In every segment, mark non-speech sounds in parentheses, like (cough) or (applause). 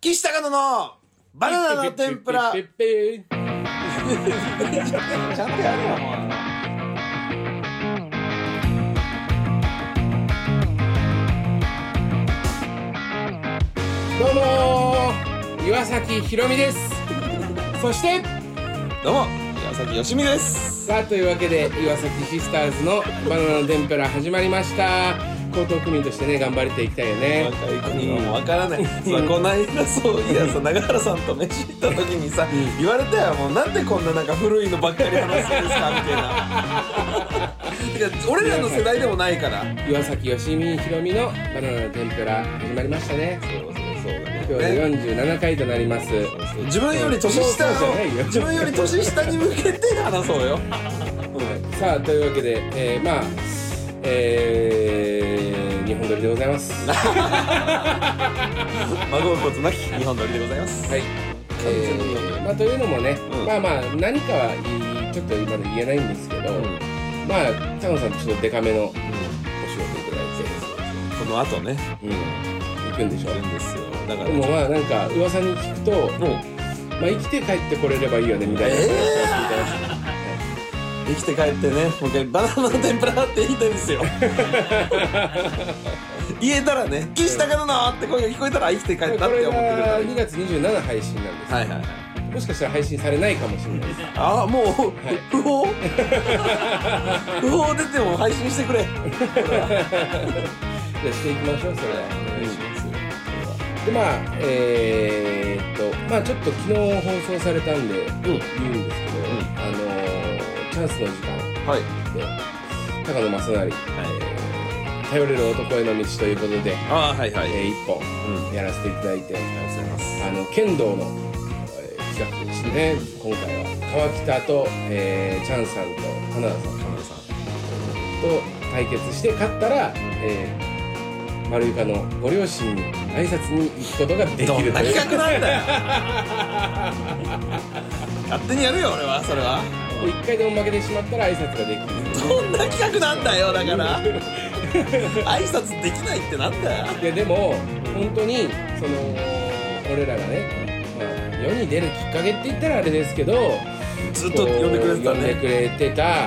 岸高野のバナナの天ぷらペッペッペッペッちゃんとやるよ、もう。どうもー岩崎ひろみですそしてどうも岩崎よしみですさあというわけで岩崎シスターズのバナナの天ぷら始まりました江東区民としてね頑張っていきたいよね若い子にはもう分からないさこないだそういやさ永原さんと飯行った時にさ言われたよもうなんでこんななんか古いのばっかり話すんですかみたいないや俺らの世代でもないからそう岩崎よしみひろみのバナナの天ぷら始まりましたねそうそうだね今日で47回となります自分より年下そうそうをじゃないよ自分より年下に向けて話そうよさあというわけで、えー、まあえー、日本撮りでございます孫うことなき日本撮りでございますはい、えーまあ、というのもね、うんまあまあ何かは言いちょっと今の言えないんですけど、んまあタモさんとちょっとデカめのお仕事いただいこの後ねて、うん、行くんでしょやるんですよだからでもまあなんか噂に聞くと、まあ、生きて帰ってこれればいいよねみたいな話を聞いてました生きて帰ってねもう一回バナナの天ぷらって言いたいん (laughs) ですよ言えたらね「岸高野の!」って声が聞こえたらあ生きて帰っこたっれて思ってくれたらがいい2月27配信なんです、はいはいはいもしかしたら配信されないかもしれないですああもう、い不 (laughs) 法不法出ても配信してくれじゃあしていきましょうそれは、ますでまあえーっとまあちょっと昨日放送されたんで、言うんですけど、あのーチャンスの時間はいで高野正成、えー頼れる男への道ということで、ああはいはえい、ー一本うんやらせていただいて、ありがとうございますあの剣道の、えー企画ですね今回は川北と、えーチャンさんと花田さん田さんと対決して勝ったら、えー、丸床のご両親に挨拶に行くことができるどといんうな企画なん (laughs) だよ勝手にやるよ俺はそれは一回でも負けてしまったら挨拶ができるどんな企画なんだよだから挨拶できないってなんだよいやでも本当にその俺らがね、まあ、世に出るきっかけって言ったらあれですけどずっと呼んでくれてたこう呼んでねくれてたあ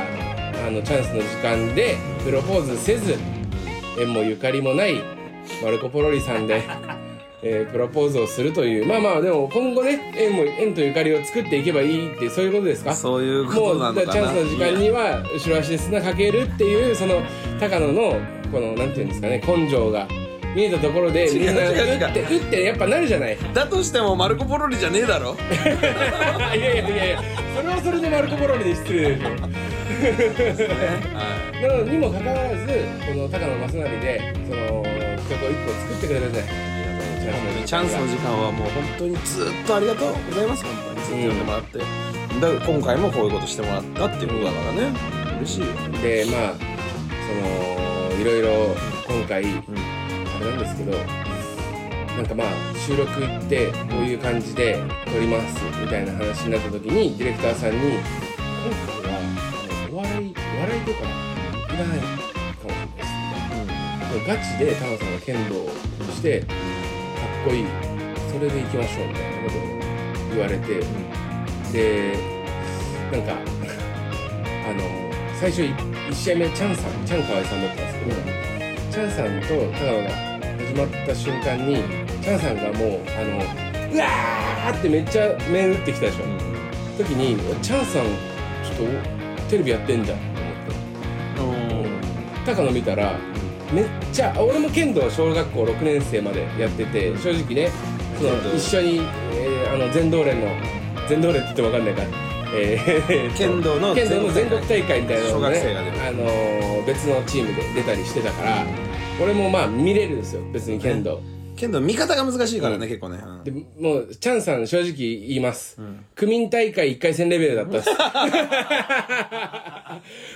のチャンスの時間でプロポーズせず縁もゆかりもないマルコ・ポロリさんで、 (laughs) えープロポーズをするというまあまあでも今後ね縁も縁とゆかりを作っていけばいいってそういうことですかそういうこもとうなのだかかならチャンスの時間いにやは後ろ足で砂かけるっていうその高野のこのなんていうんですかね根性が見えたところでみん違うな打って違う違う打ってやっぱなるじゃない (laughs) いだとしてもマルコ・ポロリじゃねえだろやいやいやいやそれはそれでマルコ・ポロリで失礼でしょなのにもかかわらずこの高野正成でその企画を1個作ってくれたじゃないチャンスの時間はもう本当にずっとありがとうございます本当にずっと呼んでもらって、だから今回もこういうことしてもらったっていうことだからね嬉しいよ、でまあそのいろいろ今回、んあれなんですけどなんかまあ収録行ってこういう感じで撮りますみたいな話になった時にディレクターさんに「今回はあのお笑いお笑いとかいらないかもしれないです」みたいなガチでタモさんが剣道をしてかっこいいそれで行きましょうみたいなことを言われてでなんかあの最初1試合目チャンさんチャン河合さんだったんですけど、チャンさんと高野が始まった瞬間にチャンさんがもうあのうわーってめっちゃ面打ってきたでしょ、時にチャンさんちょっとテレビやってんじゃんと思って高野見たらめっちゃ俺も剣道小学校6年生までやってて正直ねそ剣の道一緒に、えーあの全道連の全道連って言っても分かんないから、(laughs) えー剣道の剣道の全国大会みたいなの小を学生ねが出るあのー別のチームで出たりしてたから俺もまあ見れるんですよ別に剣道剣道見方が難しいからね、結構ね、うんでもうチャンさん正直言います、区民大会1回戦レベルだった (laughs) っす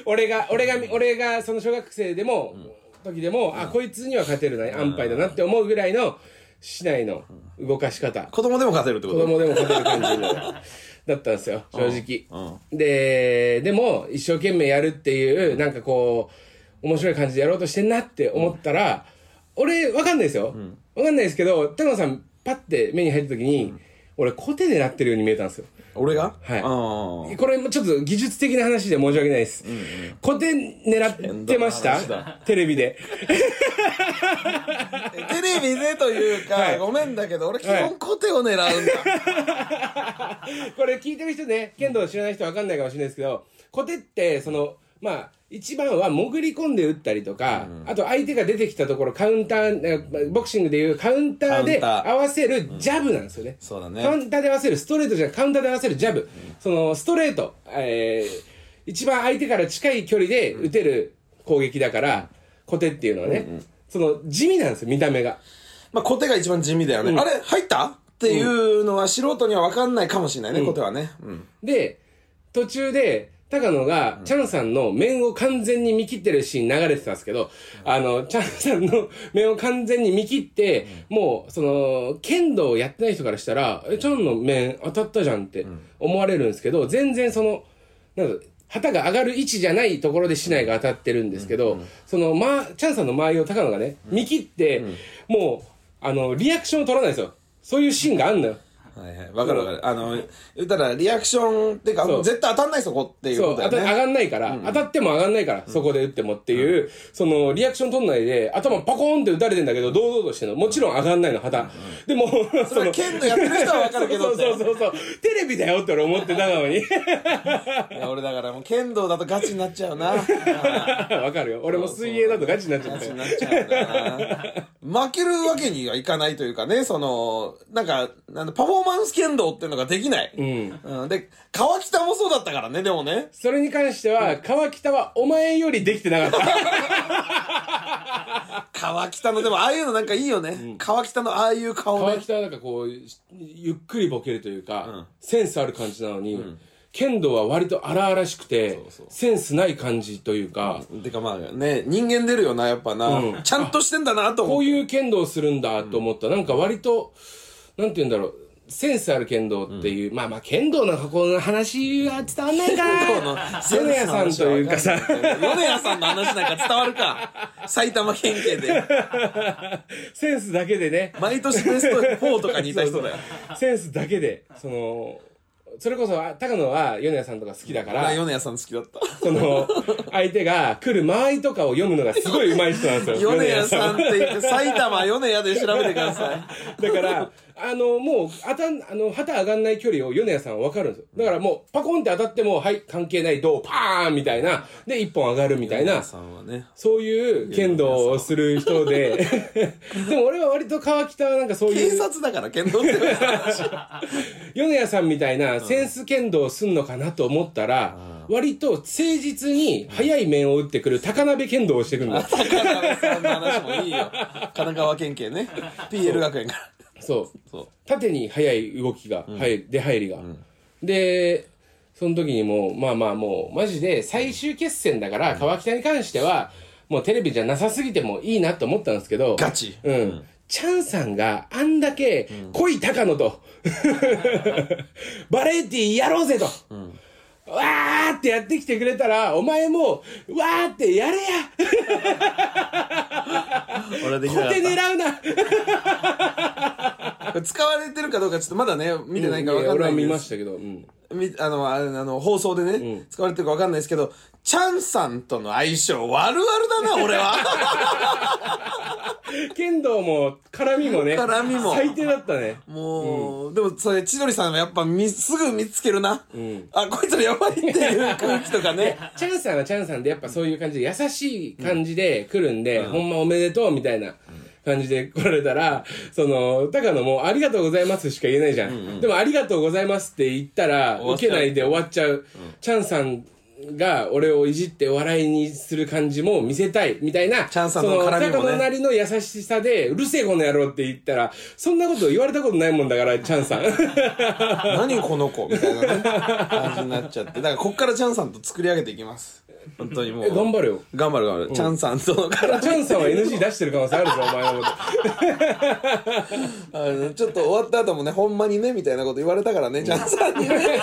俺が俺が俺がその小学生でも、時でもあこいつには勝てるな安牌だなって思うぐらいの市内の動かし方子供でも勝てるってこ子と供でも勝てる感じのだったんですよ正直、うんででも一生懸命やるっていうなんかこう面白い感じでやろうとしてんなって思ったら、俺わかんないですよ、わかんないですけど高野さんパッて目に入った時に、俺コテ狙ってるように見えたんですよ俺がはいあこれもちょっと技術的な話で申し訳ないです、コテ狙ってました変な話テレビであテレビでというか、はいごめんだけど俺基はい本コテを狙うんだ、これ聞いてる人ね剣道知らない人わかんないかもしれないですけどコテってそのまあ一番は潜り込んで打ったりとか、あと相手が出てきたところカウンターえーボクシングでいうカウンターでカウンター合わせるジャブなんですよね、そうだカウねンターで合わせるストレートじゃなくカウンターで合わせるジャブ、そのストレート、えー一番相手から近い距離で打てる攻撃だから、コテっていうのはね、その地味なんですよ見た目が (laughs) まあコテが一番地味だよね、あれ入ったっていうのは素人には分かんないかもしれないね、コテはね、うん、で途中で高野がチャンさんの面を完全に見切ってるシーン流れてたんですけど、あのチャンさんの面を完全に見切って、もうその剣道をやってない人からしたら「えチャンの面当たったじゃん」って思われるんですけど全然そのなんだろう旗が上がる位置じゃないところで市内が当たってるんですけど、その、ま、チャンさんの周りを高野がね見切って、もうあのリアクションを取らないんですよそういうシーンがあんのよ。はいはい、分かる分かるあの言ったらリアクションっていうかそう絶対当たんないそこっていうそこう、とだ当たよ上ねがんないから、当たっても上がんないから、そこで打ってもっていう、その、リアクション取んないで、頭パコーンって打たれてんだけど、堂々としてるの。もちろん上がんないの、旗。でも、そそれは剣道やってる人は分かるけどそっうてそうそうそう。テレビだよって俺思ってた (laughs) のに。いや俺だからもう剣道だとガチになっちゃう (laughs) なうんわかるよ。俺も水泳だとガチになっちゃガったチよに。なっちゃうな負けるわけにはいかないというかねそのなんかなんだパフォーマンス剣道っていうのができない、うん。うん、で川北もそうだったからねでもねそれに関しては、川北はお前よりできてなかった。川北のでもああいうのなんかいいよね、川北のああいう顔川ね北はなんかこう、ゆっくりボケるというか、んセンスある感じなのに、剣道は割と荒々しくてそうセンスない感じというか、てかまあね人間出るよなやっぱな、うんちゃんとしてんだなとこ思うういう剣道するんだと思った。なんか割と、なんて言うんだろう。センスある剣道っていう、まあまあ剣道の箱の話は伝わんないか (laughs) このな。米谷さんというかさ、米屋さんの話なんか伝わるか埼玉県警でセンスだけでね、毎年ベスト4とかにいた人だよセンスだけで、その、それこそ、あ高野は米谷さんとか好きだかあら、米屋さん好きだったその、相手が来る間合いとかを読むのがすごい上手い人なんですよ。米屋さんって言って埼玉米屋で調べてくださいだから、あの、もう、当たん、あの、旗上がんない距離を米谷さんは分かるんですよ。だからもう、パコンって当たっても、はい、関係ない、どう、パーンみたいな、で、一本上がるみたい米な屋、さんはねそういう剣道をする人で、 (laughs) でも俺は割と川北はなんかそう警いう、察だから剣道って米谷さんみたいなセンス剣道をすんのかなと思ったら、割と誠実に早い面を打ってくる高鍋剣道をしてくるんだよ。高鍋さんの話もいいよ神奈川県警ね PL 学園からそう。そう縦に速い動きが、入り出入りが、でその時にもうまあまあもうマジで最終決戦だから、川北に関してはもうテレビじゃなさすぎてもいいなと思ったんですけどガチうん、チャンさんがあんだけ濃い高 (laughs) 野と、バレエティやろうぜと、わーってやってきてくれたらお前もわーってやれや俺できなか小った手狙うなこれ使われてるかどうかちょっとまだね見てないから分かん俺なはいんで見すましたけど、うんみあの、あれあの、放送でね、使われてるか分かんないですけど、チャンさんとの相性、悪々だ (laughs) な、俺は。 (laughs) 剣道も絡みもね絡みも最低だったねもう、でも、それ、千鳥さんはやっぱ見、すぐ見つけるな。んあ、こいつらやばいっていう空気とかね。チャンさんはチャンさんでやっぱそういう感じで優しい感じで来るんで、ほんまおめでとうみたいな感じで来られたら、その、高野もありがとうございますしか言えないじゃん。でもありがとうございますって言ったら、終わっち受ゃうけないで終わっちゃう。チャンさんが俺をいじって笑いにする感じも見せたいみたいな。チャンさんの絡みもねその高野なりの優しさで、うるせえこの野郎って言ったら、そんなこと言われたことないもんだから、チャン (laughs) さん。何この子みたいなね、感じになっちゃって。だから、こっからチャンさんと作り上げていきます。本当にもう。頑張れよ。頑張る頑張る。チャンさんとの絡みチャンさんは NG 出してる可能性あるぞ、お前の (laughs) こと。あのちょっと終わった後もね、ほんまにね、みたいなこと言われたからね、チャンさんにね。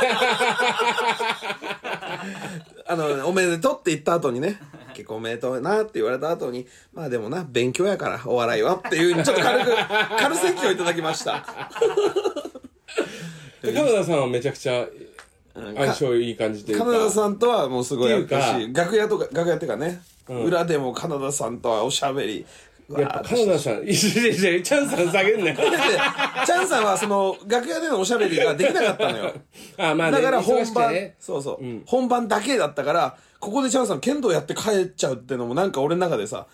あの、おめでとうって言った後にね、結婚おめでとうなって言われた後に、まあでもな、勉強やから、お笑いはっていう、ちょっと軽く、 (laughs) 軽説教いただきました。でカナダさんはめちゃくちゃうん相性いい感じというカかナダさんとはもうすごいやったっていし、楽屋とか、楽屋っていうかね、裏でもカナダさんとはおしゃべり。やっぱカナダさんいやいやいやチャンさん下げんなでよチャンさんはその楽屋でのおしゃべりができなかったのよ。あまあ、だね、から忙本しくて番、ねそうそう、本番だけだったから、ここでチャンさん剣道やって帰っちゃうってのもなんか俺の中でさ、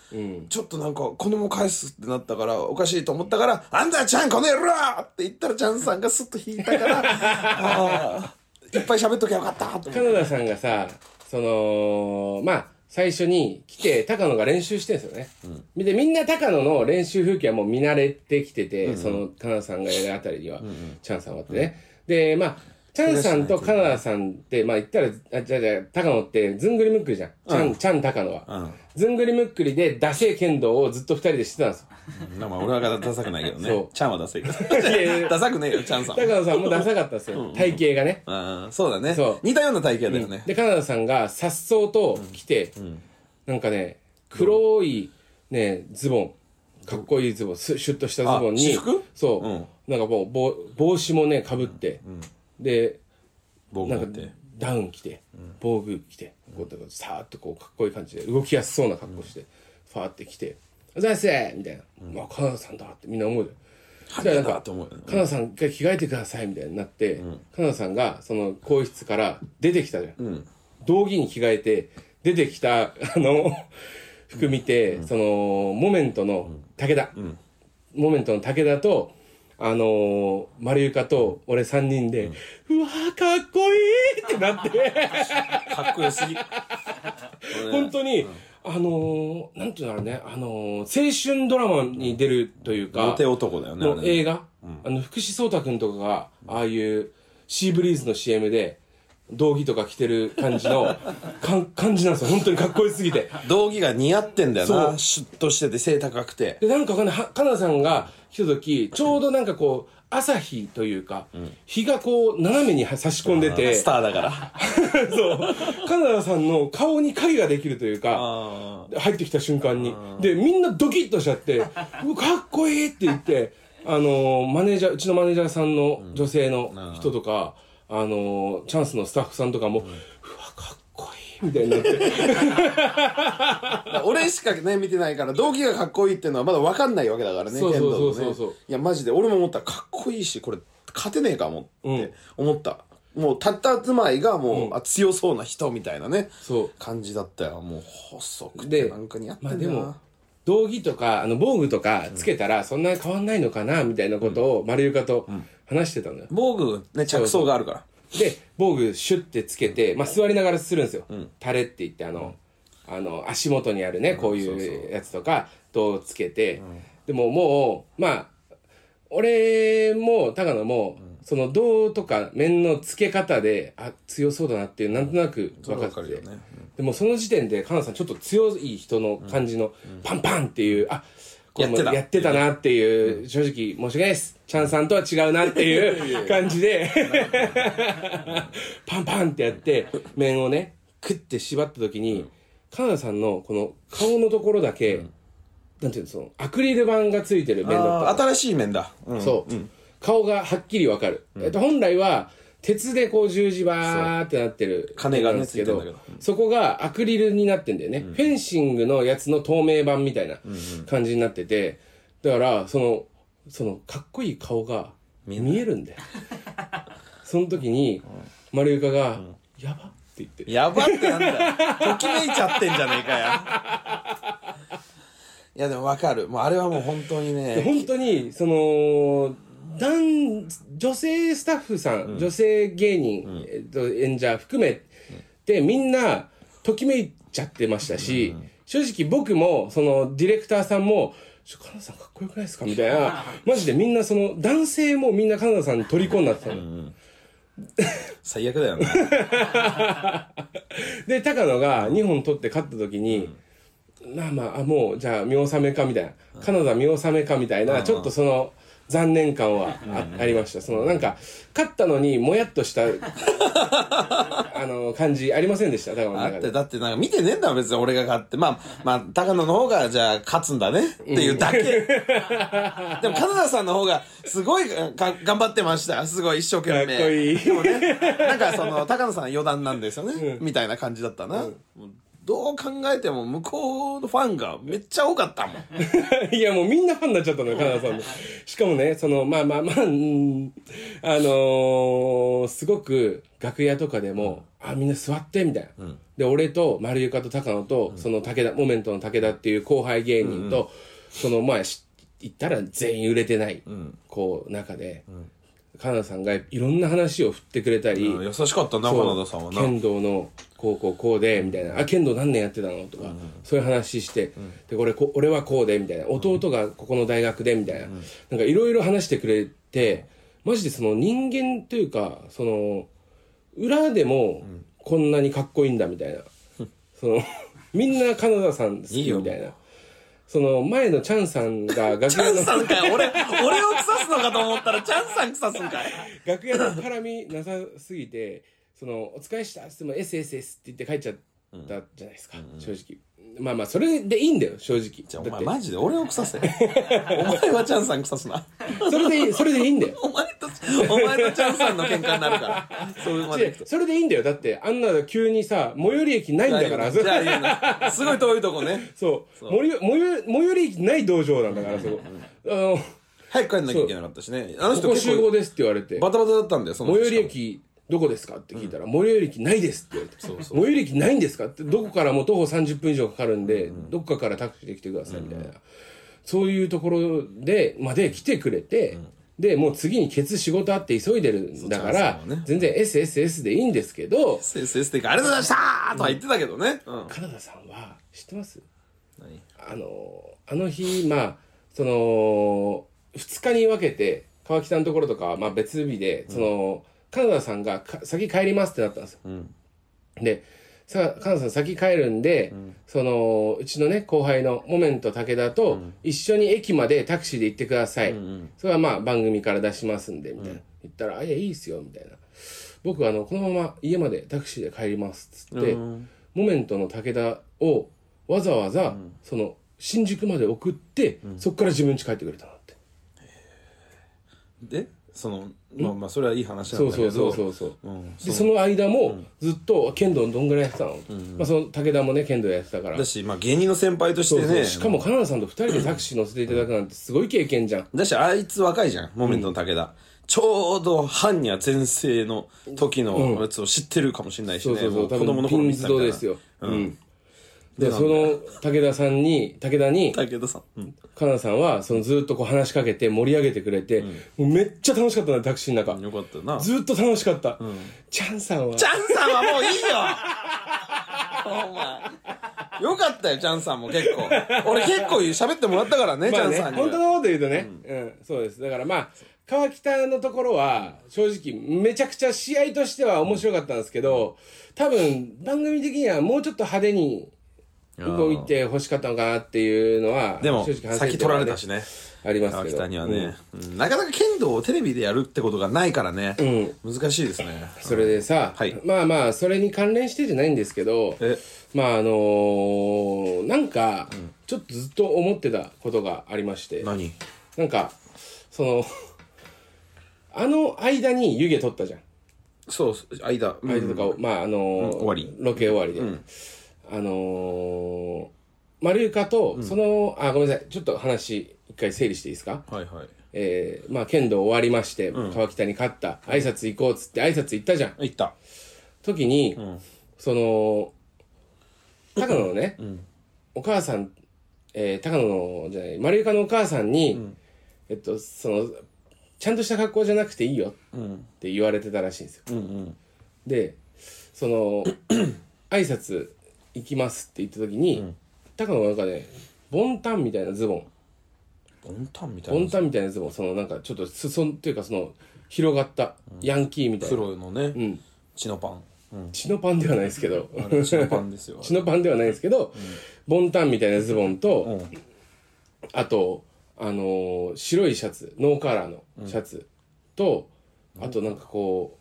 ちょっとなんか子供返すってなったから、おかしいと思ったから、あんたちゃんこの野郎って言ったらチャンさんがスッと引いた (laughs) から、あーいっぱい喋っときゃよかったと思ってカナダさんがさそのまあ最初に来て高野が練習してるんですよね、でみんな高野の練習風景はもう見慣れてきてて、そのカナダさんがやるあたりには、チャンさんはってね、でまあチャンさんとカナダさんって、まあ言ったら、あ、じゃあじゃあ高野ってずんぐりむっくりじゃん。チャン、チャン高野は。ずんぐりむっくりで、ダセー剣道をずっと二人でしてたんですよ。まあまあ俺はダサくないけどそうね。チャンはダサいけどや (laughs) いや。ダサくねえよ、チャンさん高。野さんもダサかったんですよ。体型がね。あーそうだねそう似たような体型だよね。で、カナダさんが、さっそうと来て、なんかね、黒い、ね、ズボン。かっこいいズボン、すシュッとしたズボンに。あ私服そう。なんかもう、帽帽子もね、かぶって。で、僕なだっんかて。、ダウン着て、防具着て、こう、さーっとこう、かっこいい感じで、動きやすそうな格好して、ファーって来て、おざいますみたいな。まあ、カナダさんだってみんな思うじゃん。はじゃあなんだかと思うよね、カナさん一回着替えてくださいみたいになって、カナさんがその更衣室から出てきたじゃん。道着に着替えて、出てきた、あの、服見て、その、モメントの武田、モメントの武田と、あのー、マリユカと俺3人で、うわーかっこいいってな (laughs) って、かっこよすぎ。本当に、あのー、なんていうんだろうね、あのー、青春ドラマに出るというか、モテ男だよね。あのれね映画、あの福士蒼太君とかがああいうシーブリーズの CM で道着とか着てる感じの (laughs) かん感じなんですよ本当にかっこよすぎて道着が似合ってんだよそうな。シュッとしてて背高くて。でなんかわかんないはカナさんが来た時ちょうどなんかこう朝日というか、日がこう斜めに差し込んでてスターだから。 (laughs) そうカナダさんの顔に影ができるというかあ入ってきた瞬間にでみんなドキッとしちゃって「うわかっこいい!」って言ってあのーマネージャーうちのマネージャーさんの女性の人とか、あのーチャンスのスタッフさんとかも「うわかっこいい!」みたいにな (laughs) ってー (laughs) 俺しかね、見てないから、道着がかっこいいっていうのはまだわかんないわけだからね、そうそ剣うそう道のねそうそういや、マジで、俺も思った。かっこいいし、これ、勝てねえかもって思った。もう、たったつまいがもう、あ強そうな人みたいなね。そう感じだったよ。もう、細くて、でなんか似合ってまあんでだな。も道着とかあの防具とかつけたらそんなに変わんないのかなみたいなことを丸床と話してたのよ。防具ね、着想があるから。で防具シュッてつけて、まあ、座りながらするんですよ、タレって言ってあの,、あの足元にあるねこういうやつとかとつけて、でももうまあ俺も高野も、その胴とか面の付け方であ強そうだなっていうなんとなく分かってて、よね。でもその時点でカナさんちょっと強い人の感じのパンパンっていう、あこれもやってたやってたなっていう、正直申し訳ないです。チャンさんとは違うなっていう感じで、 (laughs) パンパンってやって、面をね、クッて縛った時に、カナさんのこの顔のところだけ、なんていうの、そのアクリル板がついてる面だったのあー新しい面だ。うんそう、顔がはっきりわかる、えっと、本来は鉄でこう十字バーってなってる金がねなんですけどついてんだけそこがアクリルになってんだよね、フェンシングのやつの透明版みたいな感じになっててだからそのそのかっこいい顔が見えるんだよその時に丸床が「やば」って言ってやばってなんだよ。ときめいちゃってんじゃねえかよ。いや、でもわかる。もうあれはもう本当にでね。本当にその男女性スタッフさん、女性芸人、えっと、演者含めてみんなときめいちゃってましたし、正直僕もそのディレクターさんも「ちょカナダさんかっこよくないですか?」みたいなマジでみんなその男性もみんなカナダさんに虜になってたの。最悪だよね。 (laughs) で高野が2本取って勝った時に、まあまああもうじゃあ見納めかみたいな、カナダ見納めかみたいな、ちょっとその残念感はあ,、ありましたそのなんか勝ったのにもやっとした (laughs) あの感じありませんでしただからだって、でだってなんか見てねえんだもん別に俺が勝って。まあ、まあ、高野の方が、じゃあ、勝つんだねっていうだけ。でも、金田さんの方が、すごいが、頑張ってました。すごい、一生懸命。かっこいいでもね、なんかその、高野さん余談なんですよね。みたいな感じだったな。もうどう考えても、向こうのファンがめっちゃ多かったもん。 (laughs) いやもうみんなファンになっちゃったのよカナダさんのしかもねそのまあまあまあうんあのーすごく楽屋とかでも「あみんな座って」みたいな、で俺と丸床と高野と、その武田モメントの武田っていう後輩芸人と、そのまあし言ったら全員売れてない、こう中で、カナダさんがいろんな話を振ってくれたり、うん優しかったな、そう金田さんはな。剣道のこうこうこうでみたいな「あ剣道何年やってたの?」とか、そういう話して「でこれこ俺はこうで」みたいな「弟がここの大学で」みたいな、なんかいろいろ話してくれてマジでその人間というかその裏でもこんなにかっこいいんだみたいな、そ (laughs) のみんなカナダさん好いいきよみたいな。その前のチャンさんが楽チャ屋ンのさんかよ俺、俺を腐すのかと思ったら、チャンさん腐すんかい。楽屋の絡みなさすぎて「そのお疲れした」っつっても「SSS」って言って帰っちゃったじゃないですか、正直まあまあそれでいいんだよ正直じゃあ、おだっ前てマジで俺を腐 (laughs) せ。お前はチャンさん腐すな。それでいいそれでいいんだよ (laughs) お前と、お前とチャンさんの喧嘩になるから。そういうまでいでくと。それでいいんだよだってあんなの急にさ最寄り駅ないんだからじそゃあ言うな。すごい遠いとこね。そう最寄り最寄り最寄り駅ない道場なんだから (laughs) そこあの早く帰んなきゃいけなかったしね。あのこ人こ結集合構ですって言われてバタバタだったんだよ、その人最寄り駅どこですかって聞いたら、最寄り駅ないですって言われて最寄り駅ないんですかってどこからも徒歩30分以上かかるんで、どっかからタクシーで来てくださいみたいな、そういうところでまで来てくれて、でもう次にケツ仕事あって急いでるんだかそうチャンらス、もね全然 SSS でいいんですけど先生ステーキありがとうございましたーとは言ってたけどね。うん。カナダさんは知ってます何あのあの日まあその2日に分けて川木さんのところとかはまあ別日で、そのカナダさんがか先帰りますってなったんですよ、でさカナダさん先帰るんで、そのうちのね後輩のモメント武田と一緒に駅までタクシーで行ってください、それはまあ番組から出しますんでみたいな、言ったら「あいやいいっすよ」みたいな「僕あのこのまま家までタクシーで帰ります」っつって、モメントの武田をわざわざ、その新宿まで送って、そっから自分家帰ってくれたなって、で、その、まあまあ、それはいい話なそんうだそけうそうど。そうそううんでその間もずっと剣道どんぐらいやってたの,、まあ、その武田もね剣道やってたからだし、まあ芸人の先輩としそうてそうね。しかもカナダさんと2人でタクシー乗せていただくなんてすごい経験じゃんだし、あいつ若いじゃん、モメントの武田。ちょうど、般若全盛の時のやつを知ってるかもしれないしそうね。そうそもうう多子供分のピ頃ン見てズたみドたいでなす。ようん、どうでなそんだの武田さんに武田に武田さん。うん。カナダさんはそのずっとこう話しかけて盛り上げてくれて、もうめっちゃ楽しかったなタクシーの中、よかったな。ずっと楽しかった、チャンさんはチャンさんはもういいよお前。よかったよ、チャンさんも結構。俺結構喋ってもらったからね、チまあャンね、さんには。本当のこと言うとね、うん、そうです。だからまあ、川北のところは、正直、めちゃくちゃ試合としては面白かったんですけど、多分、番組的にはもうちょっと派手に動いて欲しかったのかなっていうのは、でも、正直反省先点取はらねれたしね。あります川けど。北にはうんね、うんなかなか剣道をテレビでやるってことがないからね。難しいですね。それでさ、はいまあまあ、それに関連してじゃないんですけどえ、まああのーなんか、ちょっとずっと思ってたことがありまして、何なんか、その、 (laughs) あの間に湯気取ったじゃん。そう、間。うん間とかを、まあ、あのー終わりロケ終わりで。あのー、マルユカと、その、あ、ごめんなさい。ちょっと話、一回整理していいですかはいはい。えー、まあ、剣道終わりまして、川北に勝った。挨拶行こうっつって挨拶行ったじゃん。行った。時に、その、高野のね、お母さん、えー、高野の、じゃない、丸床のお母さんに、えっと、その、ちゃんとした格好じゃなくていいよって言われてたらしいんですよ。で、そ (clears throat) の、挨拶行きますって言った時に、高野がなんかね、ボンタンみたいなズボン、ボンタンみたボいンな。タンみたいなズボン、そのなんかちょっと裾っていうかその、広がった、ヤンキーみたいな、黒のね、血のパ血のパンではないですけど、ン。血のパン (laughs) ですよ。血のパンではないですけど、ボンタンみたいなズボンと、あとあのー白いシャツノーカラーのシャツと、あとなんかこ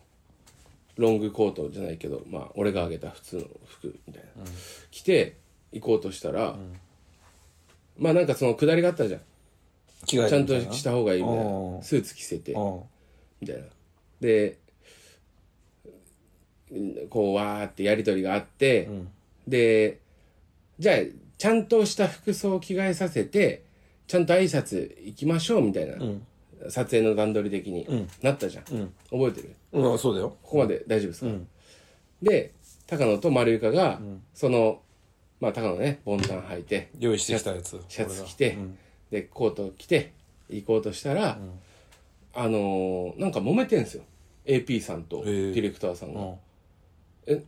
うロングコートじゃないけどまあ俺があげた普通の服みたいな、着て行こうとしたら、まあなんかその下りがあったじゃん着替えちゃんとてみたいなした方がいいみたいうんなスーツ着せてうんみたいなでこうわーってやり取りがあって、でじゃあちゃんとした服装を着替えさせてちゃんと挨拶行きましょうみたいな、撮影の段取り的に、なったじゃん、覚えてるうん、そうだよ。ここまで大丈夫ですか、で高野と丸床が、そのまあ高野ねボンタン履いて用意してきたやつ。シャツ着て、でコート着て行こうとしたら、あのーなんか揉めてんですよ AP さんとデーィレクターさんが、うんえ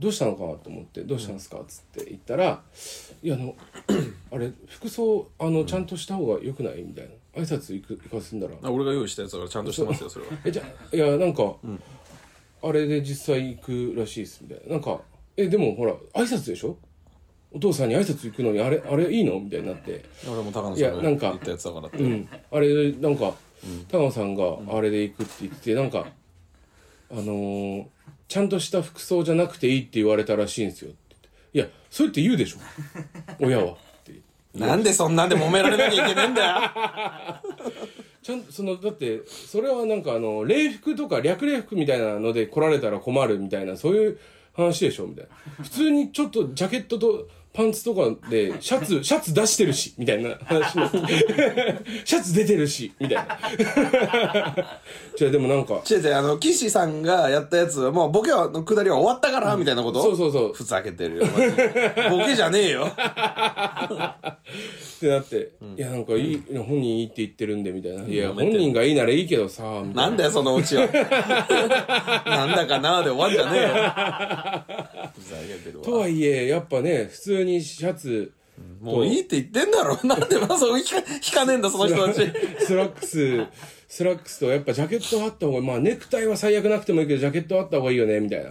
どうしたのかなと思って「どうしたんですか?」っつって言ったら「いやあの (clears throat) あれ服装あのちゃんとした方がよくない?」みたいな挨拶行く行かすんだらあ俺が用意したやつだからちゃんとしてますよ、それは。えじゃいやなんか、あれで実際行くらしいですみたいななんかえでもほら挨拶でしょお父さんに挨拶行くのにあれあれいいのみたいになって俺も高野いさやんがなんか言ったやつだからって。うんあれなんか、高野さんがあれで行くって言ってなんかあのーちゃんとした服装じゃなくていいって言われたらしいんですよって言っていやそうやって言うで (laughs) しょ親はってなんでそんなんで揉められなきゃいけねえんだよ。ちゃんとそのだってそれはなんかあの礼服とか略礼服みたいなので来られたら困るみたいなそういう話でしょみたいな普通にちょっとジャケットとパンツとかでシャツシャツ出してるしみたいな話になって (laughs) シャツ出てるしみたいな (laughs) じゃあでもなんか違う違う、あの、岸さんがやったやつは、もうボケはのくだりは終わったから、みたいなことそうそうそうふざけてるよ、マジでボケじゃねえよ。ってなって、いやなんかいい、本人いいって言ってるんでみたいな、いや揉めて本る人がいいならいいけどさみたいなんだよ、そのオチ (laughs) は。なんだかなーで終わんじゃねえよ。ふざけてるなとわ。はいえやっぱね普通にシャツもういいって言ってんだろ。 (laughs) なんでまあそう引か引かねえんだ、その人たち。スラックス、スラックスとやっぱジャケットあった方が、まあネクタイは最悪なくてもいいけど、ジャケットあった方がいいよね、みたいな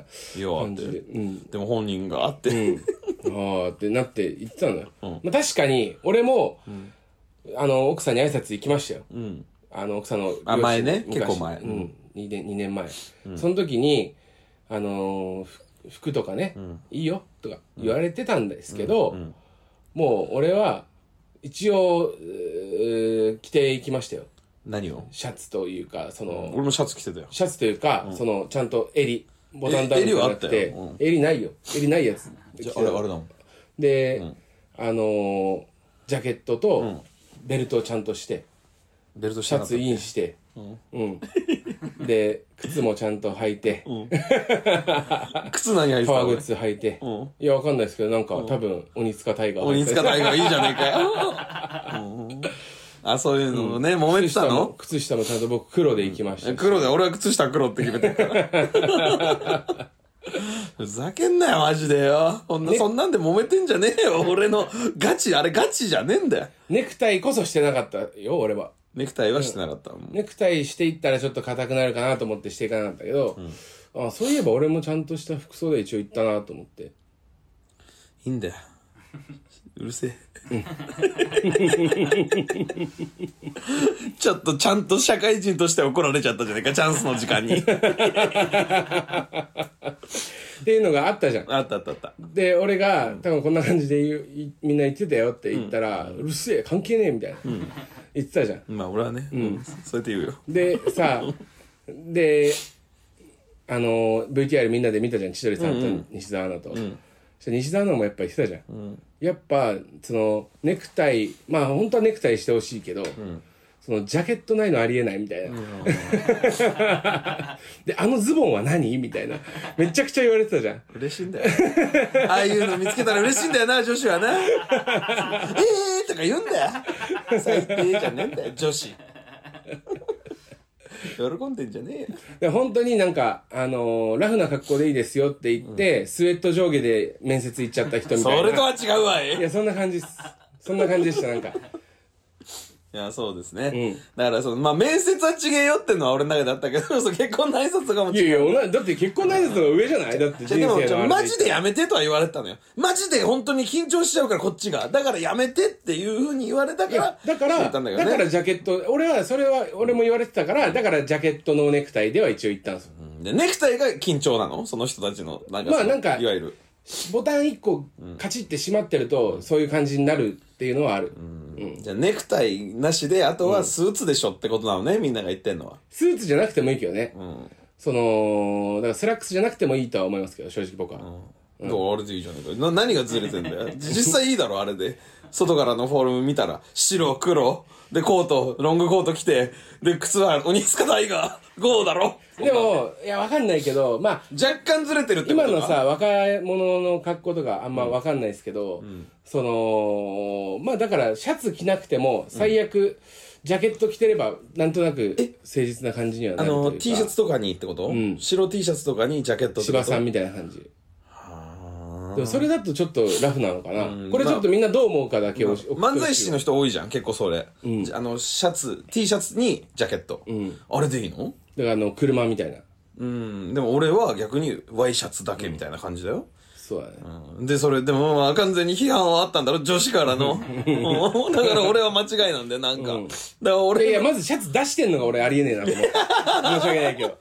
感じで。うん。でも本人があって。ああってなって言ってたんだよ。まあ確かに、俺も、あの、奥さんに挨拶行きましたよ。あの、奥さんの両親。あ前ね昔結構前うん。2年、二年前。その時に、あのーふ服とかね、いいよ、とか言われてたんですけど、もう俺は、一応、えー着ていきましたよ。何をシャツというか、その、俺もシャツ着てたよ。シャツというか、その、ちゃんと襟、ボタンダウンじゃえ襟なくてはあったよ、襟ないよ。襟ないやつ。じゃあ、あれ、あれだもん。で、あのージャケットと、ベルトをちゃんとして、ベルトしシてなャかったツインして、うん。で、靴もちゃんと履いて、靴何履いてたの革靴履いて、いや、わかんないですけど、なんか、多分、鬼塚大河。鬼塚大河いいじゃねえか (laughs) よ。あ、そういうのね、揉め靴てた下もの、靴下もちゃんと僕黒で行きましたし。黒で、俺は靴下黒って決めてるから。 (laughs) ふざけんなよ、マジでよ。ほんな、そんなんで揉めてんじゃねえよ、俺の。ガチ、あれガチじゃねえんだよ。ネクタイこそしてなかったよ、俺は。ネクタイはしてなかったもん。ネクタイしていったらちょっと硬くなるかなと思ってしていかなかったけど、あそういえば俺もちゃんとした服装で一応行ったなと思って。いいんだよ。うるせえ。 (laughs) ちょっとちゃんと社会人として怒られちゃったじゃねえか、チャンスの時間に。っていうのがあったじゃん。あったあったあった。で、俺が、多分こんな感じで言ういみんな言ってたよって言ったら、うるせえ、関係ねえみたいな。言ってたじゃん。まあ俺はね、うん、そうやって言うよ。で、さ、で、あの、VTR みんなで見たじゃん、千鳥さんと西澤アナと。そしたら西澤アナもやっぱ言ってたじゃん。やっぱ、その、ネクタイ、まあ本当はネクタイしてほしいけど、そのジャケットないのありえないみたいな。 (laughs) で、あのズボンは何みたいな。めちゃくちゃ言われてたじゃん。嬉しいんだよ。ああいうの見つけたら嬉しいんだよな、女子はな。ええーとか言うんだよ。最低じゃねえんだよ、女子。喜んでんじゃねえよ。で本当になんか、あのーラフな格好でいいですよって言って、スウェット上下で面接行っちゃった人みたいな。それとは違うわいい。や、そんな感じっす。そんな感じでした、なんか。いや、そうですね。うんだから、その、まあ、面接は違えよってのは俺の中であったけど、 (laughs) その結婚の挨拶とかもいやい違う。やおな、だって結婚の挨拶の方が上じゃないだって人じゃで生のあもれちょ、言ったらマジでやめてとは言われたのよ。マジで本当に緊張しちゃうから、こっちが。だからやめてっていうふうに言われたいかやら、だか言ら、ったんだだけどね。からジャケット、俺は、それは、俺も言われてたから、だからジャケットのネクタイでは一応言ったんですよ。うんで、ネクタイが緊張なのその人たちの、なんかその、まあなんかいわゆる。ボタン一個カチって閉まってると、そういう感じになるっていうのはある。じゃあ、ネクタイなしで、あとはスーツでしょってことなのね、みんなが言ってんのは。スーツじゃなくてもいいけどね。うん。その、だからスラックスじゃなくてもいいとは思いますけど、正直僕は。だからあれでいいじゃねえかな何がずれてんだ (laughs) よ実際いいだろあれで外からのフォルム見たら白黒でコートロングコート着てで靴は鬼塚大がゴーだろでも、いや、わかんないけど、まあ、若干ずれてるってこと今かのさ、若者の格好とかあんまわかんないですけど、その、まあだから、シャツ着なくても、最悪、ジャケット着てれば、なんとなく、誠実な感じにはなあるというか。の T シャツとかにってこと、ん白 T シャツとかにジャケットってこ芝とさんみたいな感じでもそれだとちょっとラフなのかな、これちょっとみんなどう思うかだけを漫才師の人人多いじゃん結構それ、あのシャツ T シャツにジャケット、あれでいいのだからあの車みたいなうんでも俺は逆にワイシャツだけみたいな感じだよ、そうだね、で、それ、でも、まあ、完全に批判はあったんだろ女子からの。うん (laughs) だから俺は間違いなんで、なんか。だからいやい俺やまずシャツ出してんのが俺ありえねえなと思って申し訳ないけど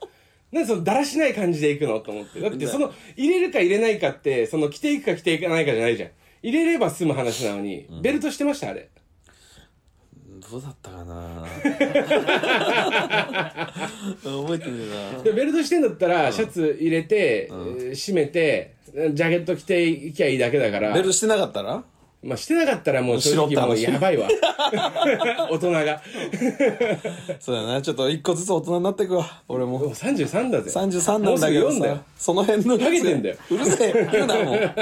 なんでそのだらしない感じでいくのと思ってだってその入れるか入れないかってその着ていくか着ていかないかじゃないじゃん入れれば済む話なのに、ベルトしてましたあれどうだったか (laughs) な覚えてねえな。でベルトしてんだったら、シャツ入れて、えー締めてジャケット着ていきゃいいだけだからベルしてなかったらまあ、してなかったらもう正しろって直話もうやばいわ。 (laughs) 大人が。そうだな。ちょっと一個ずつ大人になってくわ。俺もうも。 33だぜ。 33なんだけどもうすぐ4ださよ。その辺のハゲてんだようるせえ。言うな、もうはい。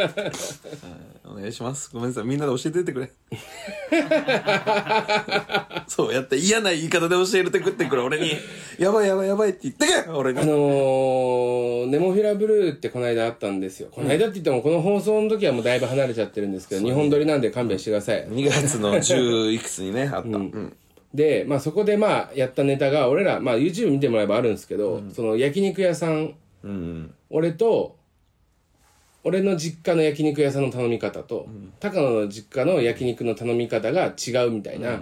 (laughs) お願いします。ごめんなさい。みんなで教えてって (laughs) くれ。そうやって嫌な言い方で教えてくってくれ、俺に。やばいやばいやばいって言ってけ俺にあ。のー、ネモフィラブルーってこの間あったんですよ。この間って言ってもこの放送の時はもうだいぶ離れちゃってるんですけど、日本撮りなんで勘弁してください。 2月の10いくつにね、あった。うん。で、まあそこでまあやったネタが、俺ら、まあ YouTube 見てもらえばあるんですけど、その焼肉屋さん、うん。俺と、俺の実家の焼肉屋さんの頼み方と、高野の実家の焼肉の頼み方が違うみたいな、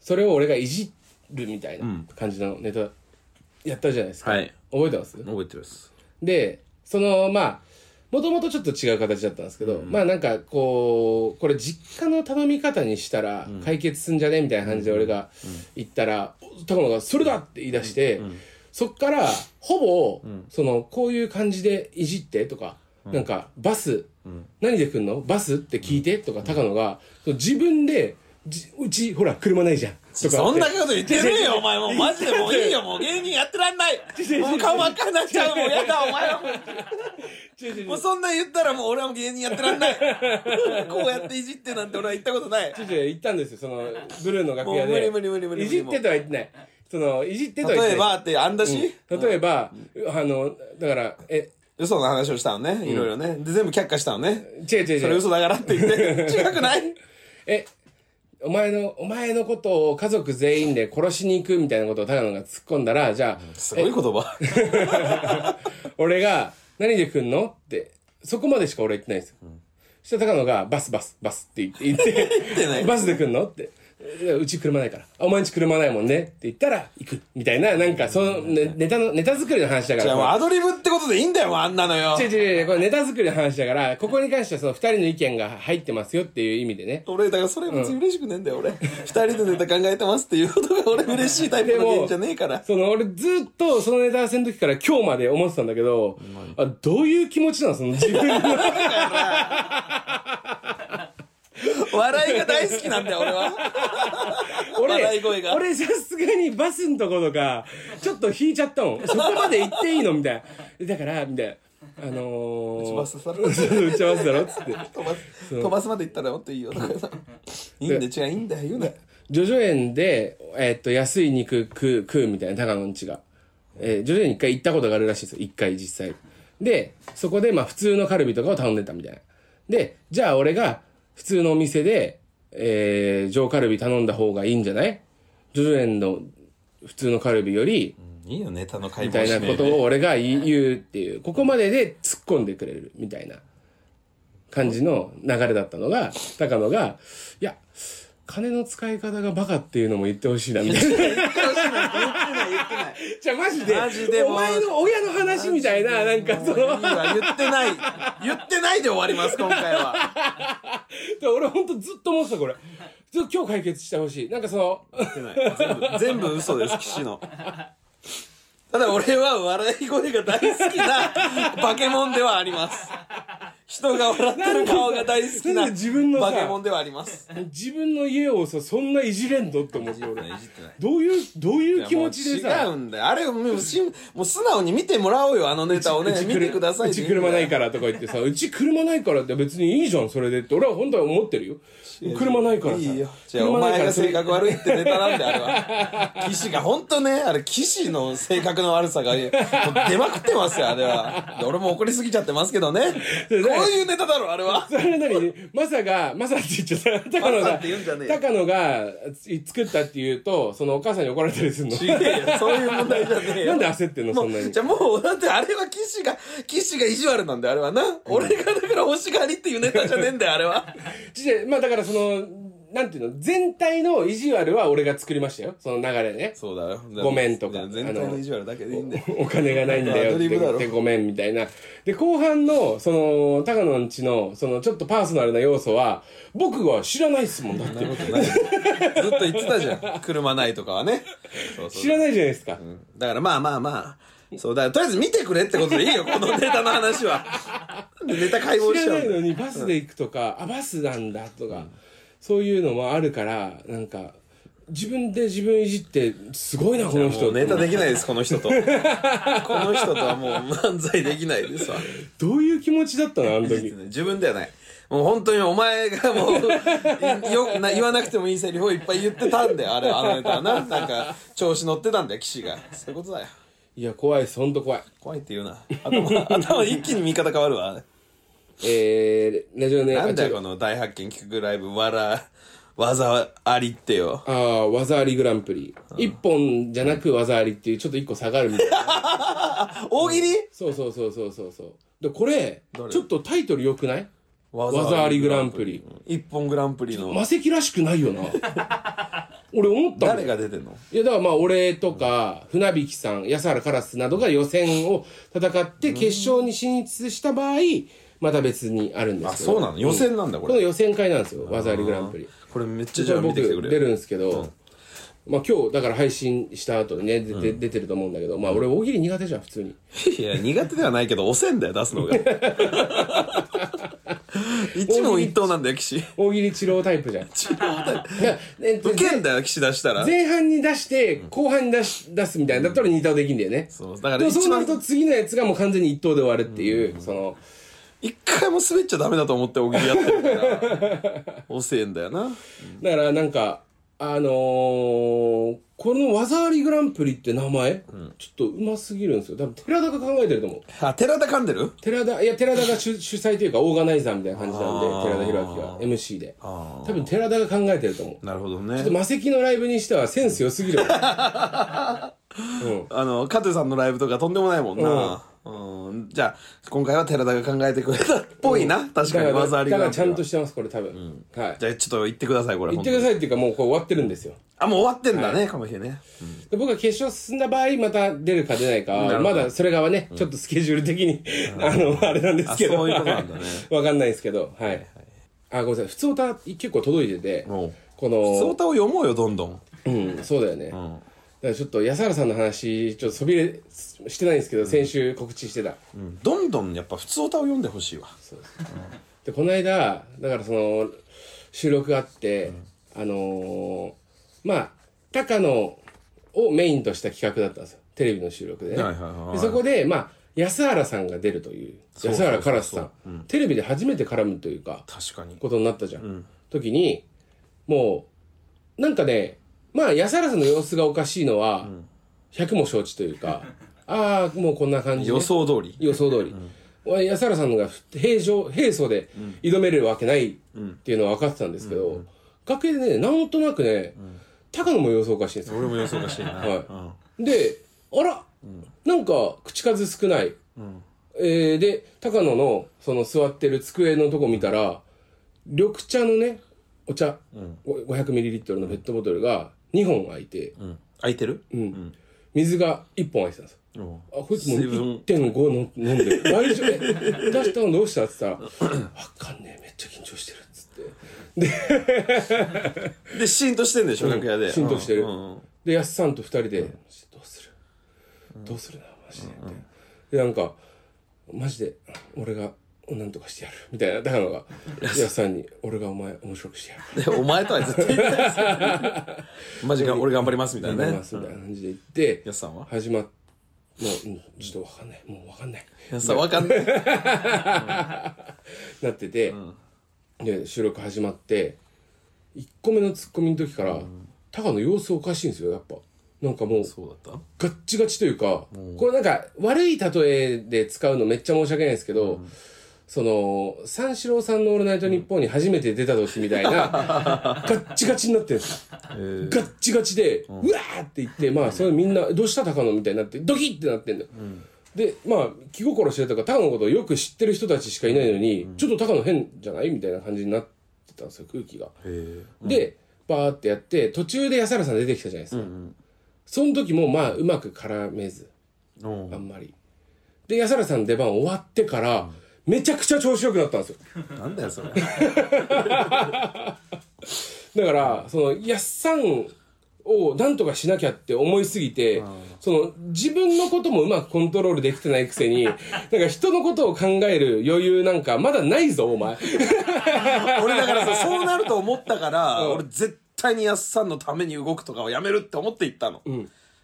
それを俺がいじるみたいな感じのネタやったじゃないですか。はい覚えてます覚えてます。で、その、まあ、もともとちょっと違う形だったんですけど、まあなんかこう、これ実家の頼み方にしたら解決すんじゃねみたいな感じで俺が言ったら、高野がそれだって言い出して、そっからほぼ、その、こういう感じでいじってとか、なんかバス、何で来んのバスって聞いてとか高野が、その自分で、じうちほら車ないじゃんとかって。そんなこと言って (laughs) ねえよ、お前もう。マジでもういいよ、もう芸人やってらんない。もう顔真っ赤になっちゃう、もうやだ、お前は。違う違う違うもうそんなん言ったらもう俺はもう芸人やってらん (laughs) ない。こうやっていじってなんて俺は言ったことない。ちょちょ行ったんですよ、その、ブルーの楽も屋で。う無理無理無理無理いじってとは言ってない。その、いじってとは言ってない。例えばって、あんだし、うん、例えば、あの、だから、え、嘘の話をしたのね、いろいろね。で、全部却下したのね。違う違うそれ違う。嘘だからって言って、違くないえ、お前の、お前のことを家族全員で殺しに行くみたいなことを高野が突っ込んだら、じゃすあ、ごいえ言葉。俺が、何で来んのって、そこまでしか俺言ってないんですよ。そしたら高野が、バスバスバスって言って、言っててないバスで来んのって。いやうち車ないから。あお前んち車ないもんね。って言ったら、行く。みたいな、なんか、その、ねネタの、ネタ作りの話だかじゃら。あもうアドリブってことでいいんだよ、もうあんなのよ違う。違う (laughs) 違う、これネタ作りの話だから、ここに関してはその二人の意見が入ってますよっていう意味でね。俺、だからそれ別に嬉しくねえんだよ、俺。二人でネタ考えてますっていうことが俺嬉しいタイプの芸人じゃねえから。その俺ずっとそのネタ合わせの時から今日まで思ってたんだけど、あどういう気持ちなのその自分 (laughs) の。笑いが大好きなんだよ、俺は。笑い声俺、が俺さすがにバスのとことか、ちょっと引いちゃったもん。そこまで行っていいのみたいな。だから、みたいな。あのー、ちバスだろ (laughs) 打ち合わせだろっつって。飛ばす、飛ばすまで行ったらもっといいよ、とかさ。いいんだよ、違う、いいんだよ、言うなよ。ジョジョ園で、えーっと、安い肉食う、食うみたいな、高野んちが。えー、ジョジョ園一回行ったことがあるらしいですよ。一回実際。で、そこで、まあ、普通のカルビとかを頼んでたみたいな。で、じゃあ俺が、普通のお店で、えー、上カルビ頼んだ方がいいんじゃないジョジョ園の普通のカルビより、うんいいよネタの解みた剖いしなねことを俺が言い言うっていう、ここまでで突っ込んでくれるみたいな感じの流れだったのが、高野が、いや、金の使い方がバカっていうのも言ってほしいな、み (laughs) たいな。言ってないじゃあマジで、マジでもうお前の親の話みたいな、なんかその、いいわ言ってない言ってないで終わります今回はで俺ほんとずっと思ってた、これ。ずっと今日解決してほしい。なんかその、全部嘘です岸のただ俺は笑い声が大好きなバケモンではあります人が笑ってる顔が大好きななんで自分のさバケモンではあります自分の家をさ、そんないじれんのって思って、俺。じってないどういう、どういう気持ちでいやさもう違、うんだよあれもうしもう素直に見てもらおうよあのネタをねうち見てくださいっうてち言うんだ車よないからとか言って (laughs) さ、うち車ないからって別にいいじゃん、それでって。俺は本当は思ってるよ。車ないからさ。いいよ。じゃあ、お車な前いかがらそれ性格悪いってネタなんで、あれは。岸が、ほんとね、あれ、岸の性格の悪さが、もう出まくってますよ、あれは。で俺も怒りすぎちゃってますけどね。こういうネタだろ、あれは。それなりに、マサが、マサって言っちゃった。高野マサっがて言うんじゃねえ、よ高野がつ作ったって言うと、そのお母さんに怒られたりするの。違えよそういう問題じゃねえよ。なんで焦ってんの、もそんなうにじ。ゃあもう、だってあれは岸が、岸が意地悪なんだよ、あれはな。俺がだから欲しがりっていうネタじゃねえんだよ、あれは。ちょまあだからその、なんていうの、全体の意地悪は俺が作りましたよ。その流れね。そうだよ。ごめんとか全体の意地悪だけでいいんだよ。お金がないんだよって言ってごめんみたいな。で、後半の、その、高野んちの、その、ちょっとパーソナルな要素は、僕は知らないっすもんだって。そんなことないずっと言ってたじゃん。車ないとかはね。そうそう知らないじゃないですか。だからまあまあまあ。そう、だからとりあえず見てくれってことでいいよ、このネタの話は。なんでネタ解剖し知ちゃうらなんだいのよにバスで行くとか、あ、バスなんだとか、そういうのもあるから、なんか、自分で自分いじって、すごいな、このも人。うネタできないです、この人と。この人とはもう漫才できないですわ。どういう気持ちだったの、あの時。自分ではない。もう本当にお前がもう、いよな言わなくてもいいセリフをいっぱい言ってたんだよ、あれ、あのネタはな。なんか、調子乗ってたんだよ、騎士が。そういうことだよ。いや、怖いです、ほんと怖い。怖いって言うな。頭、 (laughs) 頭一気に見方変わるわ。えー、ラジオネーム、なんだよ、あこの大発見企画ライブ、わら、技ありってよ。あー、技ありグランプリ。一本じゃなく技ありっていう、ちょっと一個下がるみたいな。大喜利そうそうそうそうそうそう。で、これ、ちょっとタイトル良くない技ありグランプリ。一本グランプリの魔石らしくないよな。 (laughs) 俺思ったもん誰が出てんのいや、だからまあ、俺とか、船引さん、安原カラスなどが予選を戦って、決勝に進出した場合、また別にあるんですけど。あそうなの予選なんだうここれの予選会なんですよ、技ありグランプリ。これめっちゃじゃあ見僕てき出てくれるんですけど、まあ今日、だから配信した後にね、出て出てると思うんだけど、まあ俺大喜利苦手じゃん、普通に。いや苦手ではないけど遅せんだよ出すの (laughs) が一問一答なんだよ岸大喜利治療タイプ (laughs) じゃん。いやね受けんだよ岸出したら前半に出して、後半に出し、出すみたいな、だったら二刀できんだよね。そうだかでらも一そうな番ると次のやつがもう完全に一刀で終わるっていう、その、一回も滑っちゃダメだと思って大喜利やってるから遅せんだよなだからなんか、あのー、この技ありグランプリって名前、ちょっとうますぎるんですよ。多分寺田が考えてると思う。あ寺田噛んでる寺田、いや、寺田が (laughs) 主主催というか、オーガナイザーみたいな感じなんで、あー寺田博明が MC で。あ多分寺田が考えてると思う。なるほどちょっとね魔石のライブにしてはセンス良す (laughs) ぎるわ。あのカテさんのライブとかとんでもないもんなうんじゃあ今回は寺田が考えてくれたっぽいな確かにだから、技あだりかがらちゃんとしてます、これ多分。はい。じゃあちょっと言ってくださいこれ言ってくださいっていうか、もうこれ終わってるんですよ。あ、もう終わってんだね、かもしれね。で僕が決勝進んだ場合、また出るか出ないかは、まだそれ側ね、ちょっとスケジュール的に、あの、あれなんですけど。あそういうことなんだねわかんないですけど、はい。あ、ごめんなさい。普通歌結構届いてて、おこう相当の、読もうよ、どんどん。うん、そうだよね。だからちょっと、安原さんの話、ちょっとそびれ、してないんですけど、先週告知してた。どんどんやっぱ普通歌を読んでほしいわ。で、この間、だからその、収録があって、あのーまあ、高野をメインとした企画だったんですよ。テレビの収録でね。はいはいはいでそこで、まあ、安原さんが出るという、うそうそう安原カラスさん、テレビで初めて絡むというか、確かに。ことになったじゃん。時に、もう、なんかね、まあ、安原さんの様子がおかしいのは、百も承知とい (laughs) うか、ああ、もうこんな感じ、ね。予想通り。予想通り、俺安原さんが平常平素で挑めるわけないっていうのは分かってたんですけど、楽屋でねなんとなくね、高野も様子おかしいんですよ俺も予想がしていな、 (laughs) はういんで、あら、なんか、口数少ない。えーで、高野の、その座ってる机のとこ見たら、緑茶のね、お茶、ご 500ml のペットボトルが2本空いて、うん、空いてる、うん水が1本空いてたんですよ。うんあ、こいつもう水分1.5の飲んでる。大丈夫出したのどうしたって言ったら、わかんねえ、めっちゃ緊張してる。っつって。でシーンとしてんでしょ、楽屋で浸透してる、うんうんうんで安さんと二人で、マジでどうする、どうするなマジで、みたいなでなんかマジで俺がなんとかしてやるみたいなだからが安さんに俺がお前面白くしてやでるお前とは絶対言ってないですよ (laughs) マジか俺頑張りますみたいな頑張りねますみたいな感じで言って、安さんは始まっもう、うん、ちょっとわかんないもうわかんない安さんわかんない (laughs) なってて、で収録始まって1個目のツッコミの時から、高野様子おかしいんですよやっぱなんかもうそうだっガッチガチというか、これなんか悪い例えで使うのめっちゃ申し訳ないですけど、その、三四郎さんのオールナイトニッポンに初めて出た時み (laughs) たいな、ガッチガチになってるんですよ。た、えーガッチガチで、うわーって言って、まあそれみんな、どうした高野みたいになって、ドキッってなってんだよ。で、まあ、気心知れたか、高野のことをよく知ってる人たちしかいないのに、ちょっと高野変じゃないみたいな感じになってたんですよ、空気が。えで、バーってやって、途中で安原さん出てきたじゃないですか。その時も、まあ、うまく絡めず、ーうんあんまり。で、安原さんの出番終わってから、めちゃくちゃ調子良くなったんですよ。なんだよそれだから、その、安さんをなんとかしなきゃって思いすぎて、その、自分のこともうまくコントロールできてないくせ (laughs) に、なんか人のことを考える余裕なんかまだないぞ、お前。 (laughs) 俺だからさそうなると思ったから、俺絶対にやっさんのために動くとかはやめるって思って行ったの、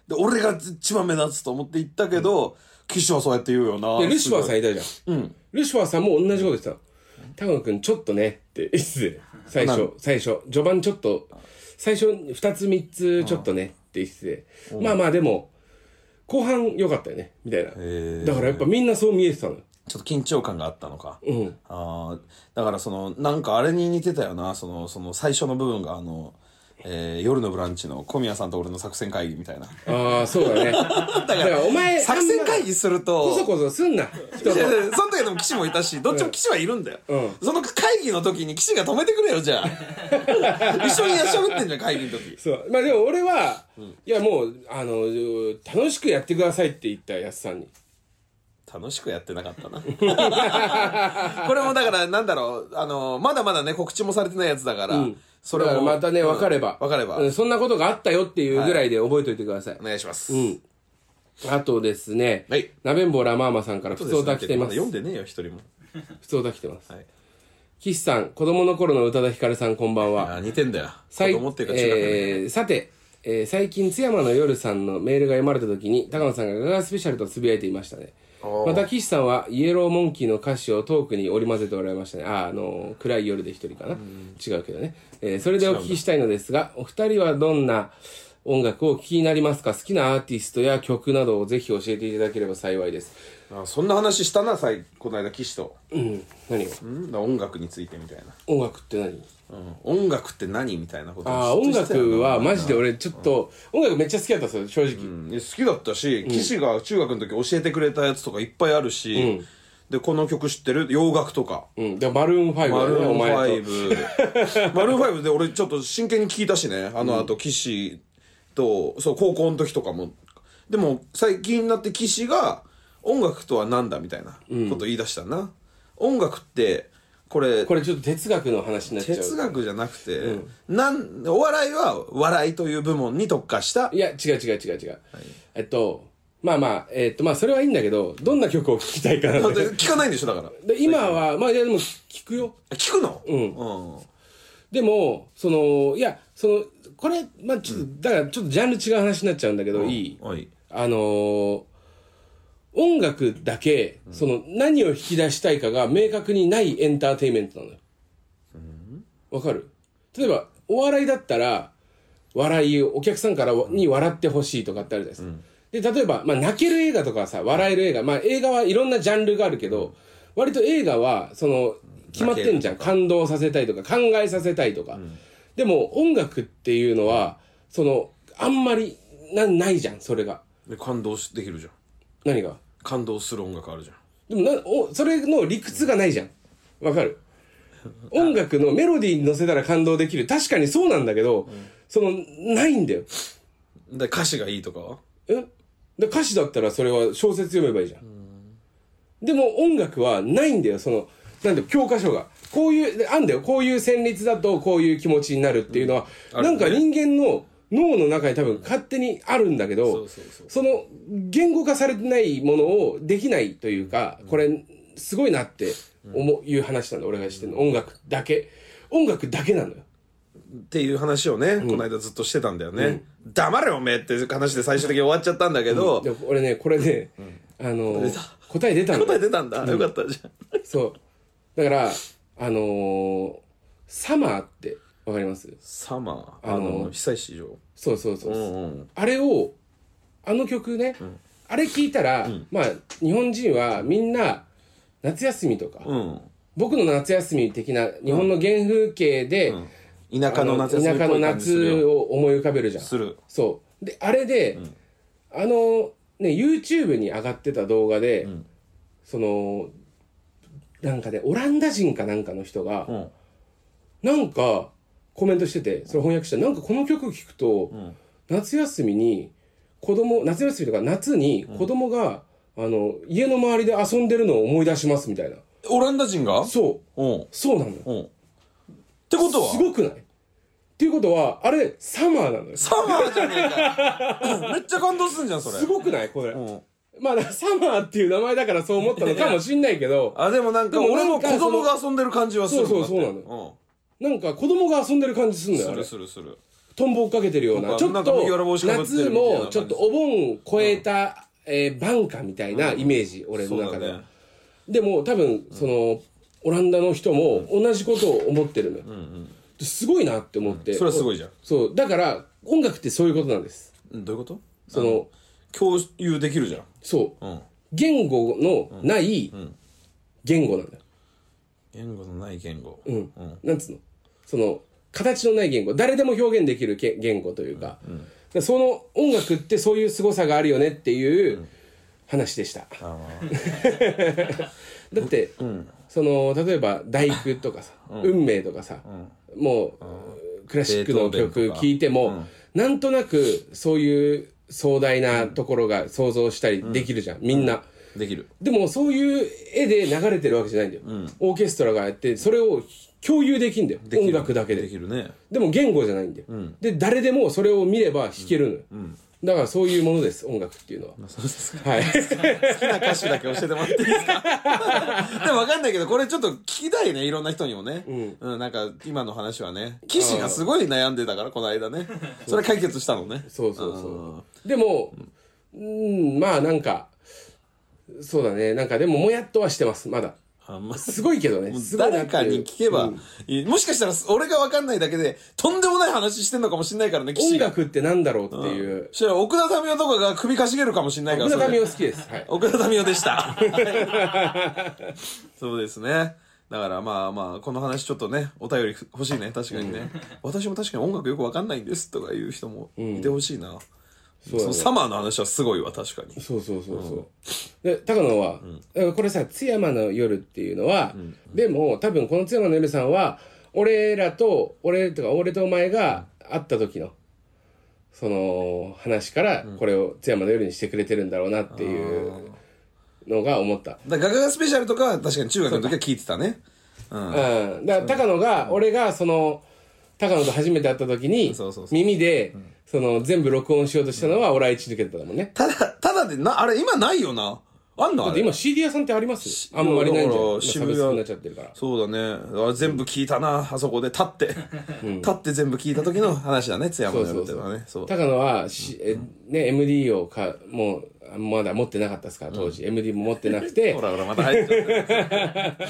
で俺が一番目立つと思って行ったけど、岸はそうやって言うよなで、ルシファーさんんいたじゃん。ルシファーさんも同じこと言ってたの。高野くん、ちょっとね、って、いつで、最初、最初、序盤ちょっと、最初、二つ三つ、ちょっとね、って言ってて、まあまあ、でも、後半良かったよね、みたいな。だからやっぱみんなそう見えてたのよ。ちょっと緊張感があったのか、んあーだからそのなんかあれに似てたよなそのその最初の部分があの、えー夜のブランチ」の小宮さんと俺の作戦会議みたいなああ、そうだ (laughs) ね。だから、お前、作戦会議するあんまことそこそすんな、人いやいの。やその時でも騎士もいたし、どっちも騎士はいるんだよ。うんその会議の時に騎士が止めてくれよ、じゃ (laughs) あ。一緒にやしゃべってんじゃん、会議の時。そう。まあでも俺は、いやもう、あの、楽しくやってくださいって言った、やすさんに。楽しくやってなかった (laughs) な。これもだから、なんだろう、あの、まだまだね、告知もされてないやつだから、そだれからも。またね、うん分かれば。分かれば。うんそんなことがあったよっていうぐらいで覚えておいてください。お願いします。うん。あとですね、はいなべんぼうらまーまさんから、そ普うで通すね歌来てます。だ読んでねえよ、一人も。普通歌来てますはい。岸さん、子供の頃の宇多田ヒカルさん、こんばんは。あ、似てんだよ。子さい供っていうか中学年、えーさて、えー最近津山の夜さんのメールが読まれた時に高野さんがガガスペシャルとつぶやいていましたねまた岸さんはイエローモンキーの歌詞をトークに織り交ぜておられましたねあーあのー暗い夜で一人かな違うけどね、えーそれでお聞きしたいのですがお二人はどんな音楽をお聞きになりますか好きなアーティストや曲などをぜひ教えていただければ幸いですあそんな話したな、さい、この間、騎士と。うん何をうん音楽についてみたいな。音楽って何うん音楽って何みたいなことああずっ音としてたよな楽はマジで俺ちょっと音楽めっちゃ好きだったんですよ正直、うんいや好きだったし岸が中学の時教えてくれたやつとかいっぱいあるし、でこの曲知ってる洋楽とか。うん、でマルーン5だマよルねーおン前と5 (laughs) マルーン5で俺ちょっと真剣に聞いたしねあのあと岸とそう高校の時とかもでも最近になって岸が音楽とは何だみたいなこと言い出したな、音楽ってこれこれちょっと哲学の話になっちゃう哲学じゃなくて、なんお笑いは笑いという部門に特化したいや違う違う違う違う、えっとまあまあえっとまあそれはいいんだけどどんな曲を聴きたいかなだっってて聞かないんでしょだからで今はまあいやでも聞くよ聞くのうん、でもそのいやそのこれまあちょっと、だからちょっとジャンル違う話になっちゃうんだけど、いいはいあのー音楽だけ、その何を引き出したいかが明確にないエンターテインメントなのよ。わ、かる例えば、お笑いだったら、笑いを、お客さんからわに笑ってほしいとかってあるじゃないですか。で、例えば、まあ、泣ける映画とかはさ、笑える映画、まあ、映画はいろんなジャンルがあるけど、割と映画は、その、決まってんじゃん。感動させたいとか、考えさせたいとか。でも、音楽っていうのは、そのあんまりなないじゃんそれがで感動しできるじゃん何が感動する音楽あるじゃんでもなおそれの理屈がないじゃんわかる音楽のメロディーに乗せたら感動できる確かにそうなんだけど、そのないんだよで歌詞がいいとかはえで歌詞だったらそれは小説読めばいいじゃん、でも音楽はないんだよそのなんだよ教科書がこういうであんだよこういう旋律だとこういう気持ちになるっていうのは、うんあるなよんねか人間の脳の中に多分勝手にあるんだけど、そうそうそうその言語化されてないものをできないというか、これすごいなって思う、いう話なんだ俺がしてるの音楽だけ音楽だけなのよっていう話をね、この間ずっとしてたんだよね、黙れおめえっていう話で最終的に終わっちゃったんだけど、で俺ねこれね、あの答え出たんだよ答え出たんだ、よかったじゃんそう。だから、あのーサマーってわかりますサマーああのの久石城そうそうそう。うんうんあれを、あの曲ね、あれ聞いたら、まあ、日本人はみんな、夏休みとか、うん僕の夏休み的な日本の原風景で、田舎の夏休みっあの田舎ぽのい感じする夏よを思い浮かべるじゃん。するそう。で、あれで、あの、ね、YouTube に上がってた動画で、その、なんかね、オランダ人かなんかの人が、うんなんかコメントしててそれ翻訳したなんかこの曲聴くと、夏休みに子供夏休みとか夏に子供が、あの家の周りで遊んでるのを思い出しますみたいなオランダ人がそううんそうなのようんってことはすごくないっていうことはあれサマーなのよすサマーじゃねえかよめっちゃ感動すんじゃんそれごくないこれ、うんまあだからサマーっていう名前だからそう思ったのかもしんないけどあでもなんでかも俺なもんか子供が遊んでる感じはするもんそうそうそうななんか子供が遊んでる感じすんうのんよすあれるするするトンボ追っかけてるよなうなんかちょっなんか麦わらと帽子かぶって夏るみたいなもちょっとお盆超えた、えー、晩夏みたいなイメージ、俺のそうだ中では、ねでも多分その、オランダの人も同じことを思ってるのよ、すごいなって思って、それはすごいじゃんそうだから音楽ってそういうことなんですうんどういうことその共有できるじゃんそう、うん言語のない言語なんだよ、言語のない言語うんなんつうのその形のない言語誰でも表現できるけ言語というか,、その音楽ってそういう凄さがあるよねっていう話でした、 (laughs) だって、その例えば「第九」とかさ「運命」とかさ、もう、クラシックのベートーベン曲とか聴いても、なんとなくそういう壮大なところが想像したりできるじゃん、みんな。できるでもそういう絵で流れてるわけじゃないんだよ、オーケストラがやってそれを共有できんだよできる音楽だけでできるねでも言語じゃないんだよ、で誰でもそれを見れば弾けるのよ、だからそういうものです音楽っていうのは、そうですかはい (laughs) 好きな歌手だけ教えてもらっていいですかでも分かんないけどこれちょっと聞きたいねいろんな人にもねうん、なんか今の話はね岸がすごい悩んでたからこの間ねそれ解決したのねそうそうそうでもうんまあなんかそうだねなんかでももやっとはしてますまだあんますごいけどねすごいな誰っていかうに聞けばいい、もしかしたら俺が分かんないだけでとんでもない話してんのかもしんないからね音岸が楽ってなんだろうっていうそ、したら奥田民生とかが首かしげるかもしんないから僕のそれ髪を好きですはい奥田民生でした。 (laughs) そうですね。だからまあまあ、この話ちょっとね、お便り欲しいね、確かにね。私も確かに音楽よくわかんないんですとかいう人もいてほしいな。うだねそのサマーの話はすごいわ、確かに。そうそうそうそう、で高野は、だからこれさ「津山の夜」っていうのは、でも多分この津山の夜さんは俺らと俺とか俺とお前が会った時のその話からこれを津山の夜にしてくれてるんだろうなっていうのが思った、だからガガガスペシャルとかは確かに中学の時は聞いてたね。うん。うん、だから高野が俺がその高野と初めて会った時にそうそうそう耳でその全部録音しようとしたのは俺は一抜けてたもんね、ただ、ただでな、あれ今ないよな。あんのあだってれ今 CD 屋さんってありますあんまりないんだじゃんから今サブ渋スク谷になっちゃってるからそうだね。あ全部聞いたな、あそこで。立って。立って全部聞いた時の話だね、津山の夜ってのはね。そう。高野はし、えね、MD をかもうあまだ持ってなかったですから当時、MD も持ってなく (laughs) てほらほら、また入っちゃった。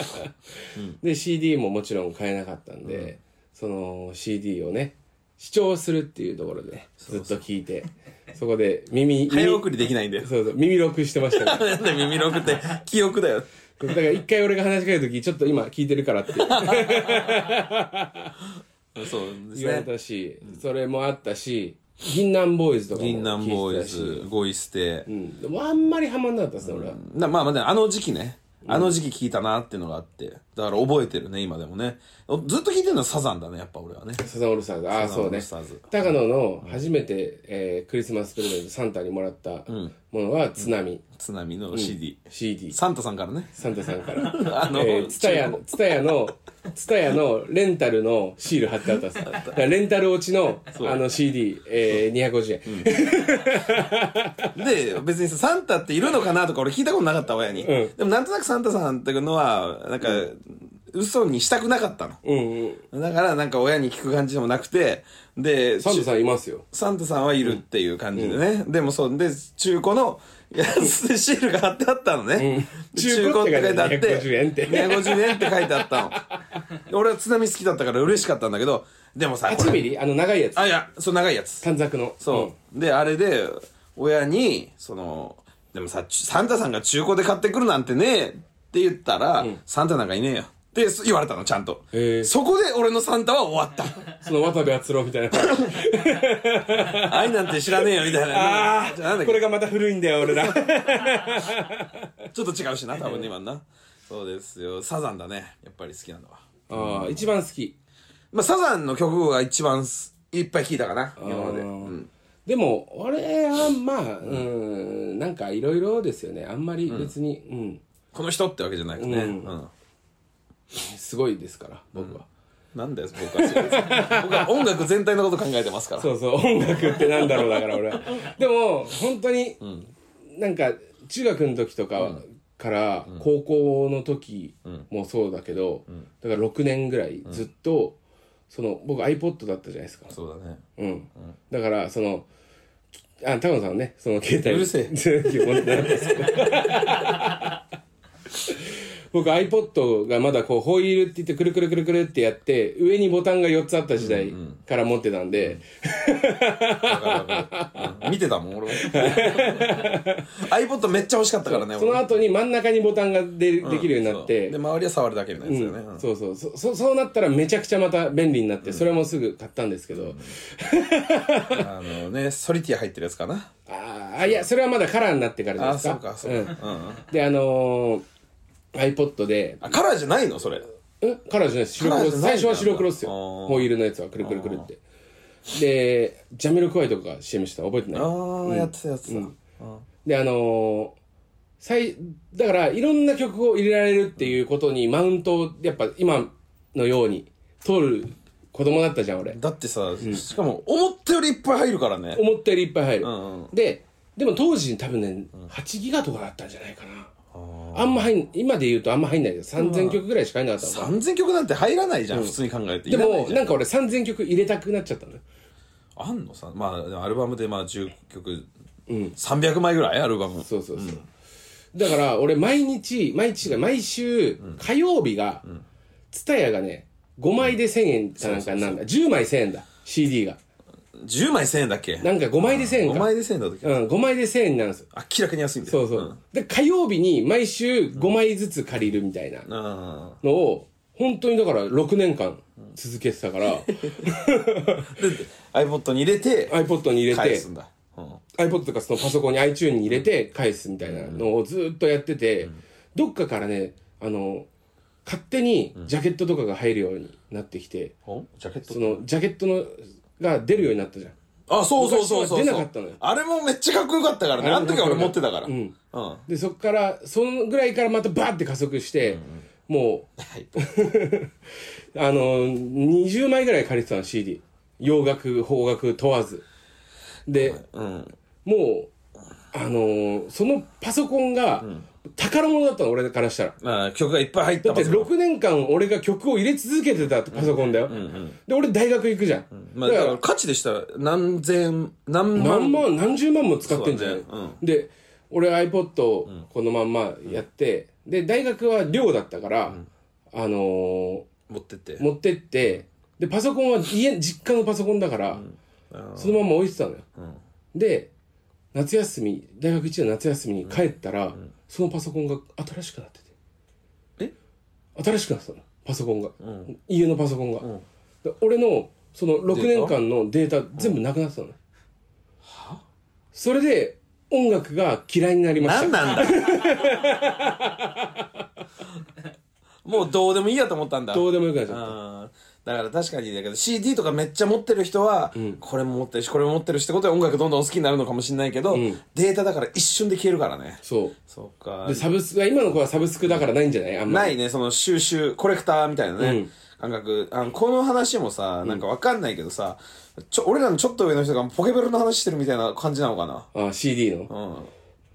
で CD ももちろん買えなかったんで、その CD をね視聴するっていうところでずっと聞いてそこで (laughs) 耳早耳送りできないんだよ。そうそう耳録してましたからなんで耳録って記憶だよ。だから一回俺が話しかける時ちょっと今聞いてるからって (laughs) そうです言われね。たし、それもあったし銀杏ボーイズとかも銀杏ボーイ聞いてズ、ゴイステたし、うん、でもあんまりハマんなかったですね、俺はなまあまあでもあの時期ねあの時期聞いたなっていうのがあってだから覚えてるね今でもねおずっと聞いてるのはサザンだねやっぱ俺はねサザンオールスターズああサザンそオうールねスターズ高野の初めて、えークリスマスプレゼントサンタにもらったものは「津波津波の CD、 CD」サンタさんからねサンタさんから (laughs) あのえーツタヤの、ツタヤの、ツタヤのレンタルのシール貼ってあ (laughs) ったんですだからレンタル落ちの、あの CD、えー、250円。で、別にさサンタっているのかなとか俺聞いたことなかった親に。うんでもなんとなくサンタさんっていうのは、なんか、嘘にしたくなかったの。うんうん。だからなんか親に聞く感じでもなくて、で、サンタさんいますよ。サンタさんはいるっていう感じでね。でもそう、で、中古のやつでシールが貼ってあったのね。うん中古って書いてあって250円って。250円って書いてあったの。で (laughs) 俺は津波好きだったから嬉しかったんだけど、でもさ、これ8ミリあの長いやつ。あ、いや、そう長いやつ。短冊の。そう。で、あれで、親に、その、でもさ、ちサンタさんが中古で買ってくるなんてねえって言ったら、サンタなんかいねえよ。ってそ言われたの、ちゃんとへえ。そこで俺のサンタは終わ (laughs) った。うん。その渡部篤郎みたいな。愛なんて知らねえよ、みたいな。あじ (laughs) ゃあなんだっあ、こけれがまた古いんだよ、俺ら。ちょっと違うしな、多分ね、今のな。そうですよ。サザンだね。やっぱり好きなのは。ああ、一番好き。まあ、サザンの曲が一番すいっぱい聴いたかな、今まで。あーうんでも、俺は、まあ、うん、なんかいろいろですよね。あんまり別に、うん、この人ってわけじゃないですね。うんうんすごいですから、僕は。なんだよ、僕はそうです。僕は音楽全体のこと考えてますから。そうそう、音楽ってなんだろうだから (laughs) 俺は。でも、本当に、なんか、中学の時とかはから、高校の時もそうだけど、だから6年ぐらいずっと、その、僕 iPod だったじゃないですか。そうだね。うん。だから、その、あ、高野さんね、その携帯。うるせえ。持ってなかったですけど (laughs) 僕 iPod がまだこうホイールって言ってくるくるくるくるってやって上にボタンが4つあった時代から持ってたんで、わかるわかるうん見てたもん、 (laughs) 俺も。iPod めっちゃ欲しかったからね、その俺後に真ん中にボタンがで,、できるようになっそうてで、周りは触るだけみたいなやつだよね。うんそうそうそそそうなったらめちゃくちゃまた便利になって、それもすぐ買ったんですけど、あのね、ソリティア入ってるやつかな。あーあいやそれはまだカラーになってからじゃないあー、ですかそうか、そうか。うんうんん、であのー、iPod であ、カラーじゃないのそれ。えカラーじゃないです白カラ黒ーじゃない最初は白黒っすよあーホイールのやつはくるくるくるってでジャミロクワイとかが CM してた覚えてないあー、やってたやつだ。うんであのー最だからいろんな曲を入れられるっていうことにマウントをやっぱ今のように通る子供だったじゃん俺だってさ、しかも、思ったよりいっぱい入るからね。思ったよりいっぱい入る、んうででも当時多分ね8ギガとかだったんじゃないかなあんま入ん今で言うとあんま入んないけど3000曲ぐらいしか入んなかったの3000曲なんて入らないじゃん、普通に考えて。でいらないもじゃんなんか俺3000曲入れたくなっちゃったのよあんのさ、まあでも、アルバムでまあ10曲、300枚ぐらいアルバム。そうそうそう、だから俺毎日毎日が毎週火曜日が蔦屋、がね5枚で1000円かなんかなんだ10枚1000円だ CD が10枚1000円だっけなんか5枚で1000円 ?5 か枚で1000円だったっけうん、5枚で1000円になるんですよ明らかに安いんだよ。そうそう、で火曜日に毎週5枚ずつ借りるみたいなうん。あのを本当にだから6年間続けてたから (laughs) ー iPod に入れて、 iPod に入れ返てすんだ。うん。 iPod とかそのパソコンに iTune に入れて返すみたいなのをずっとやってて、どっかからねあの勝手にジャケットとかが入るようになってきて、ジャケッそのジャケットのが出るようになったじゃんあ、そうそうそうそうそう。昔は出なかったのよあれもめっちゃかっこよかったからね。あの時は俺持ってたから。ううんん。でそっからそのぐらいからまたバーって加速して、もはい。うあの20枚ぐらい借りてたの CD 洋楽邦楽問わずで、うん。もうあのそのパソコンが宝物だったの俺からしたらまあ、曲がいっぱい入っただってパソコン6年間俺が曲を入れ続けてたパソコンだよ、で俺大学行くじゃん、まあ、だだかからら価値でしたら何千、何万。何万何十万も使ってんじゃん、そうだねで俺 iPod をこのまんまやって、で大学は寮だったから、あのー持ってって。持ってってでパソコンは家実家のパソコンだから、そのまま置いてたのよ、で夏休み大学1年の夏休みに帰ったら、そのパソコンが新しくなってて新しくなってたのパソコンが、家のパソコンが、で俺のその6年間のデータ全部なくなってたの、それで音楽が嫌いになりました何なんだもうどうでもいいやと思ったんだどうでもよくなっちゃったうんだから確かにだけど CD とかめっちゃ持ってる人は、これも持ってるしこれも持ってるしってことは音楽どんどん好きになるのかもしれないけど、んデータだから一瞬で消えるからねそそうかうでサブスク今の子はサブスクだからないんじゃないあんまなりいねその収集コレクターみたいなね、うん感覚あのこの話もさなんかわかんないけどさ、ちょ俺らのちょっと上の人がポケベルの話してるみたいな感じなのかなあ CD の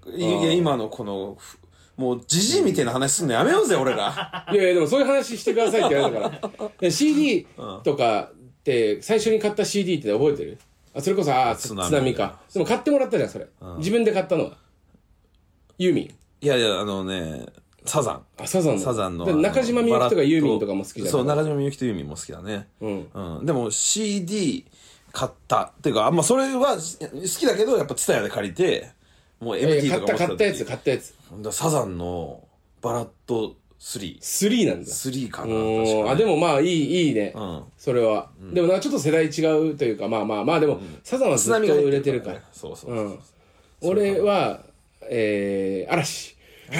うん。いや、今のこの、ふもう、じじいみたいな話すんのやめようぜ、俺ら。いやいやでもそういう話してくださいって言われたから (laughs) で CD とかって最初に買った CD って覚えてるあそれこそあー津津波津波かでも買ってもらったじゃんそれ自分で買ったのはユーミン (laughs) いやいや、あのね、サザン。あサザンのサザンの。であの中島みゆきとかユーミンとかも好きじゃんそう、中島みゆきとユーミンも好きだね。うん。うん。でも、CD 買った。っていうか、あんまそれはし好きだけど、やっぱツタヤで借りて、もういや MT いや買とかったも買ったやつ買ったやつサザンのバラッド3。 3なんだ3かな、お確ーかあでもまあいいいいね、んそれは、でもなんかちょっと世代違うというかまあまあまあでも、サザンはず津波っがと入売れてるからねそうそううそう。ん俺はえー、嵐意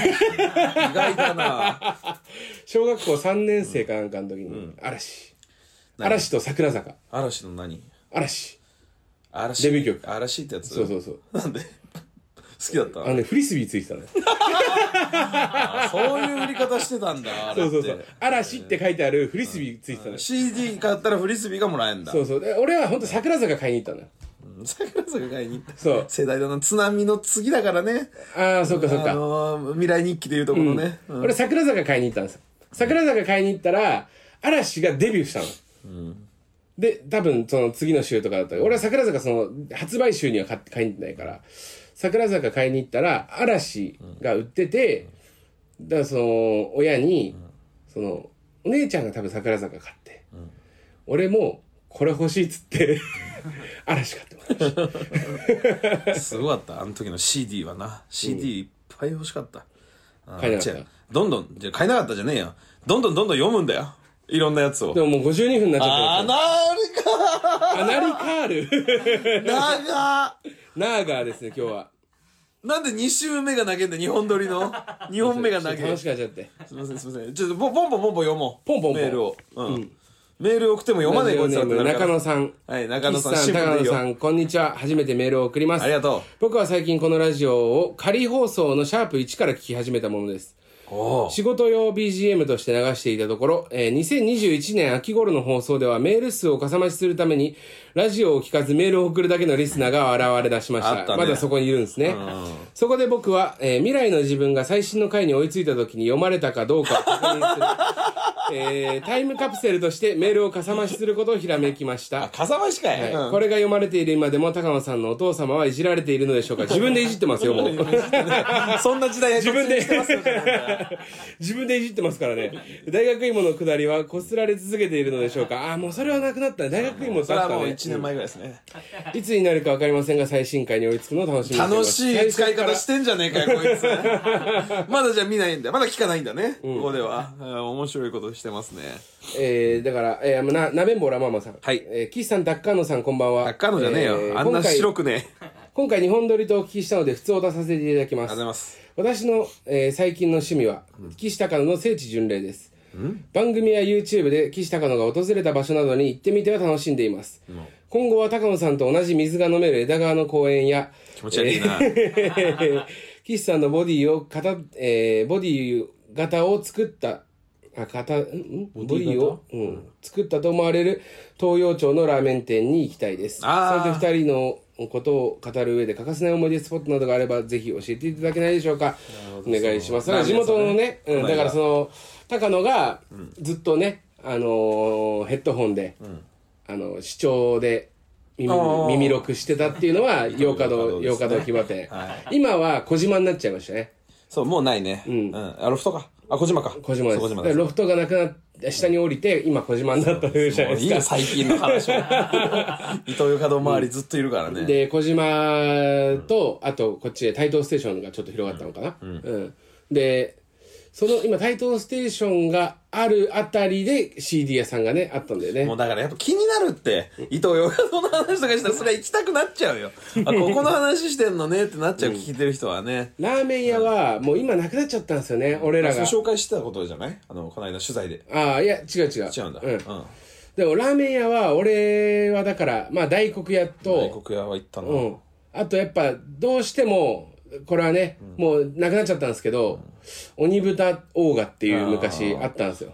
外だな小学校3年生かなんかの時に、嵐嵐と桜坂嵐の何嵐嵐デビュー曲嵐ってやつそうそうそうなんで (laughs) 好きだったあのねフリスビーついてた (laughs) ねあそういう売り方してたんだあれそっうてそうそう嵐って書いてあるフリスビーついてたね、 CD 買ったらフリスビーがもらえんだそうそうで俺は本当桜坂買いに行ったのよ桜坂買いに行ったそう世代だな津波の次だからねああそっかそっあかのー未来日記でいうとこのね、うん俺桜坂買いに行ったんですよ桜坂買いに行ったら嵐がデビューしたの、で多分その次の週とかだった俺は桜坂その発売週には買って買いに行ってないから桜坂買いに行ったら嵐が売ってて、だからその親に、そのお姉ちゃんが多分桜坂買って、俺もこれ欲しいっつって (laughs) 嵐買ってもらいましたすごかったあの時の CD はな CD いっぱい欲しかった、あー買えなかった違うどんどんじゃ買えなかったじゃねえよどんどんどんどん読むんだよいろんなやつをでももう52分になっちゃあっなたアナリカールーか長っ (laughs) ナーガーですね今日はなんで2周目が投げんだ2本撮りの2本目が投げ楽しくなっちゃってすみませんすみませんちょっとボンボンボンボン読もうポンポンポンメールを、うんメール送っても読まないこいつだってなるか中ら野さん。はい中野さん岸渋いよ高野さん、こんにちは。初めてメールを送ります。ありがとう僕は最近このラジオを仮放送のシャープ1から聞き始めたものです。おー仕事用 BGM として流していたところ、えー2021年秋頃の放送ではメール数をかさ増しするために、ラジオを聞かずメールを送るだけのリスナーが現れ出しましあた。ったねまだそこにいるんですね。そこで僕は、えー未来の自分が最新の回に追いついた時に読まれたかどうか (laughs) を確認する。えータイムカプセルとしてメールをかさ増しすることをひらめきましたあ。風間しかい、はいうんこれが読まれている今でも高野さんのお父様はいじられているのでしょうか自分でいじってますよ、もう。 (laughs) そんな時代自分突入で (laughs) してますよね自分でいじってますからね。大学芋のくだりはこすられ続けているのでしょうか。ああ、もうそれはなくなったね。大学芋そだれったはね。もう1年前ぐらいですね、いつになるかわかりませんが、最新回に追いつくのを楽しみにしていま楽す。しい使い最初から方してんじゃねえか (laughs) よこいつ (laughs) まだじゃあ見ないんだまだ聞かないんだね、ここでは、うん面白いことしてますねえー、だから、えー、な、なべんぼらままさん。はいえー、岸さん、ダッカーノさん、こんばんは。あっかのじゃねえよ、あんな白く。くねえ今回、日本撮りとお聞きしたので、普通を出させていただきまありがとうごすざい。ます私の、えー最近の趣味は、岸高野の聖地巡礼です。番組や YouTube で岸高野が訪れた場所などに行ってみては楽しんでいます。今後は高野さんと同じ水が飲める枝川の公園や、気持ち悪いな、 (laughs) 岸さんのボディを型、えーボディ型を作った、あ、型、んんボディを、うん、作ったと思われる東洋町のラーメン店に行きたいです。そあーれで二人のことを語る上で欠かせない思い出スポットなどがあれば、ぜひ教えていただけないでしょうか。お願いします。だから地元のね、ラーメン屋さんねうん、だからその、高野がずっとね、あのーヘッドホンで、あの、視聴で、耳あー耳録してたっていうの (laughs) は、洋華堂、洋洋華華堂堂です木場店は。今は小島になっちゃいましたね。そうもうないねうん、あロフトかあ小島か小島でそう小す。島だからロフトがなくなって、下に降りて、今小島になったというじゃないもういいでよすか。最近の話は (laughs) 伊東洋華堂周りずっといるからね、で、小島と、あとこっちへ台東ステーションがちょっと広がったのかな。うん。で、その今、台東ステーションがあるあたりで CD 屋さんがね、あったんだよねもう。だからやっぱ気になるって伊藤洋華堂の話とかしたらそれは行きたくなっちゃう (laughs) よあここの話してんのねってなっちゃう聞いてる人はね、ラーメン屋はもう今なくなっちゃったんですよね、俺らそがう。紹介してたことじゃないあのこの間取材でああ、いや、違う違う。違うんだ、うん。でもラーメン屋は、俺はだから、まあ大黒屋外と、国屋は行ったの、うん。あとやっぱ、どうしても、これはね、もうなくなっちゃったんですけど、鬼豚オーガっていう昔あったんですよ。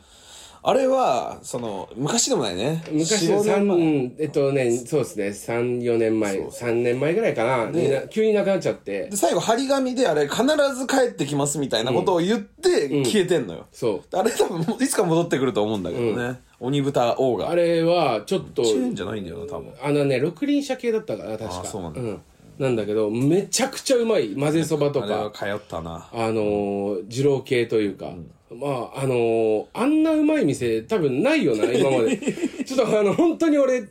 あれはその昔でもないね昔4 5年三前うんえっとね、そうですね、3、4年前、3年前ぐらいかな、にな急になくなっちゃってで、最後張り紙であれ必ず帰ってきますみたいなことを言って消えてんのよ、そう。あれ多分もういつか戻ってくると思うんだけどね、鬼豚王があれは、ちょっと、チェーンじゃないんだよな多分あのね、六輪車系だったから、確か。あそうなんだん。なんだけど、めちゃくちゃうまい。混ぜそばとあれはか、通ったなあのー、二郎系というか。まあ、あのー、あんなうまい店、多分ない (laughs) よな、今まで。ちょっとあの、本当に俺、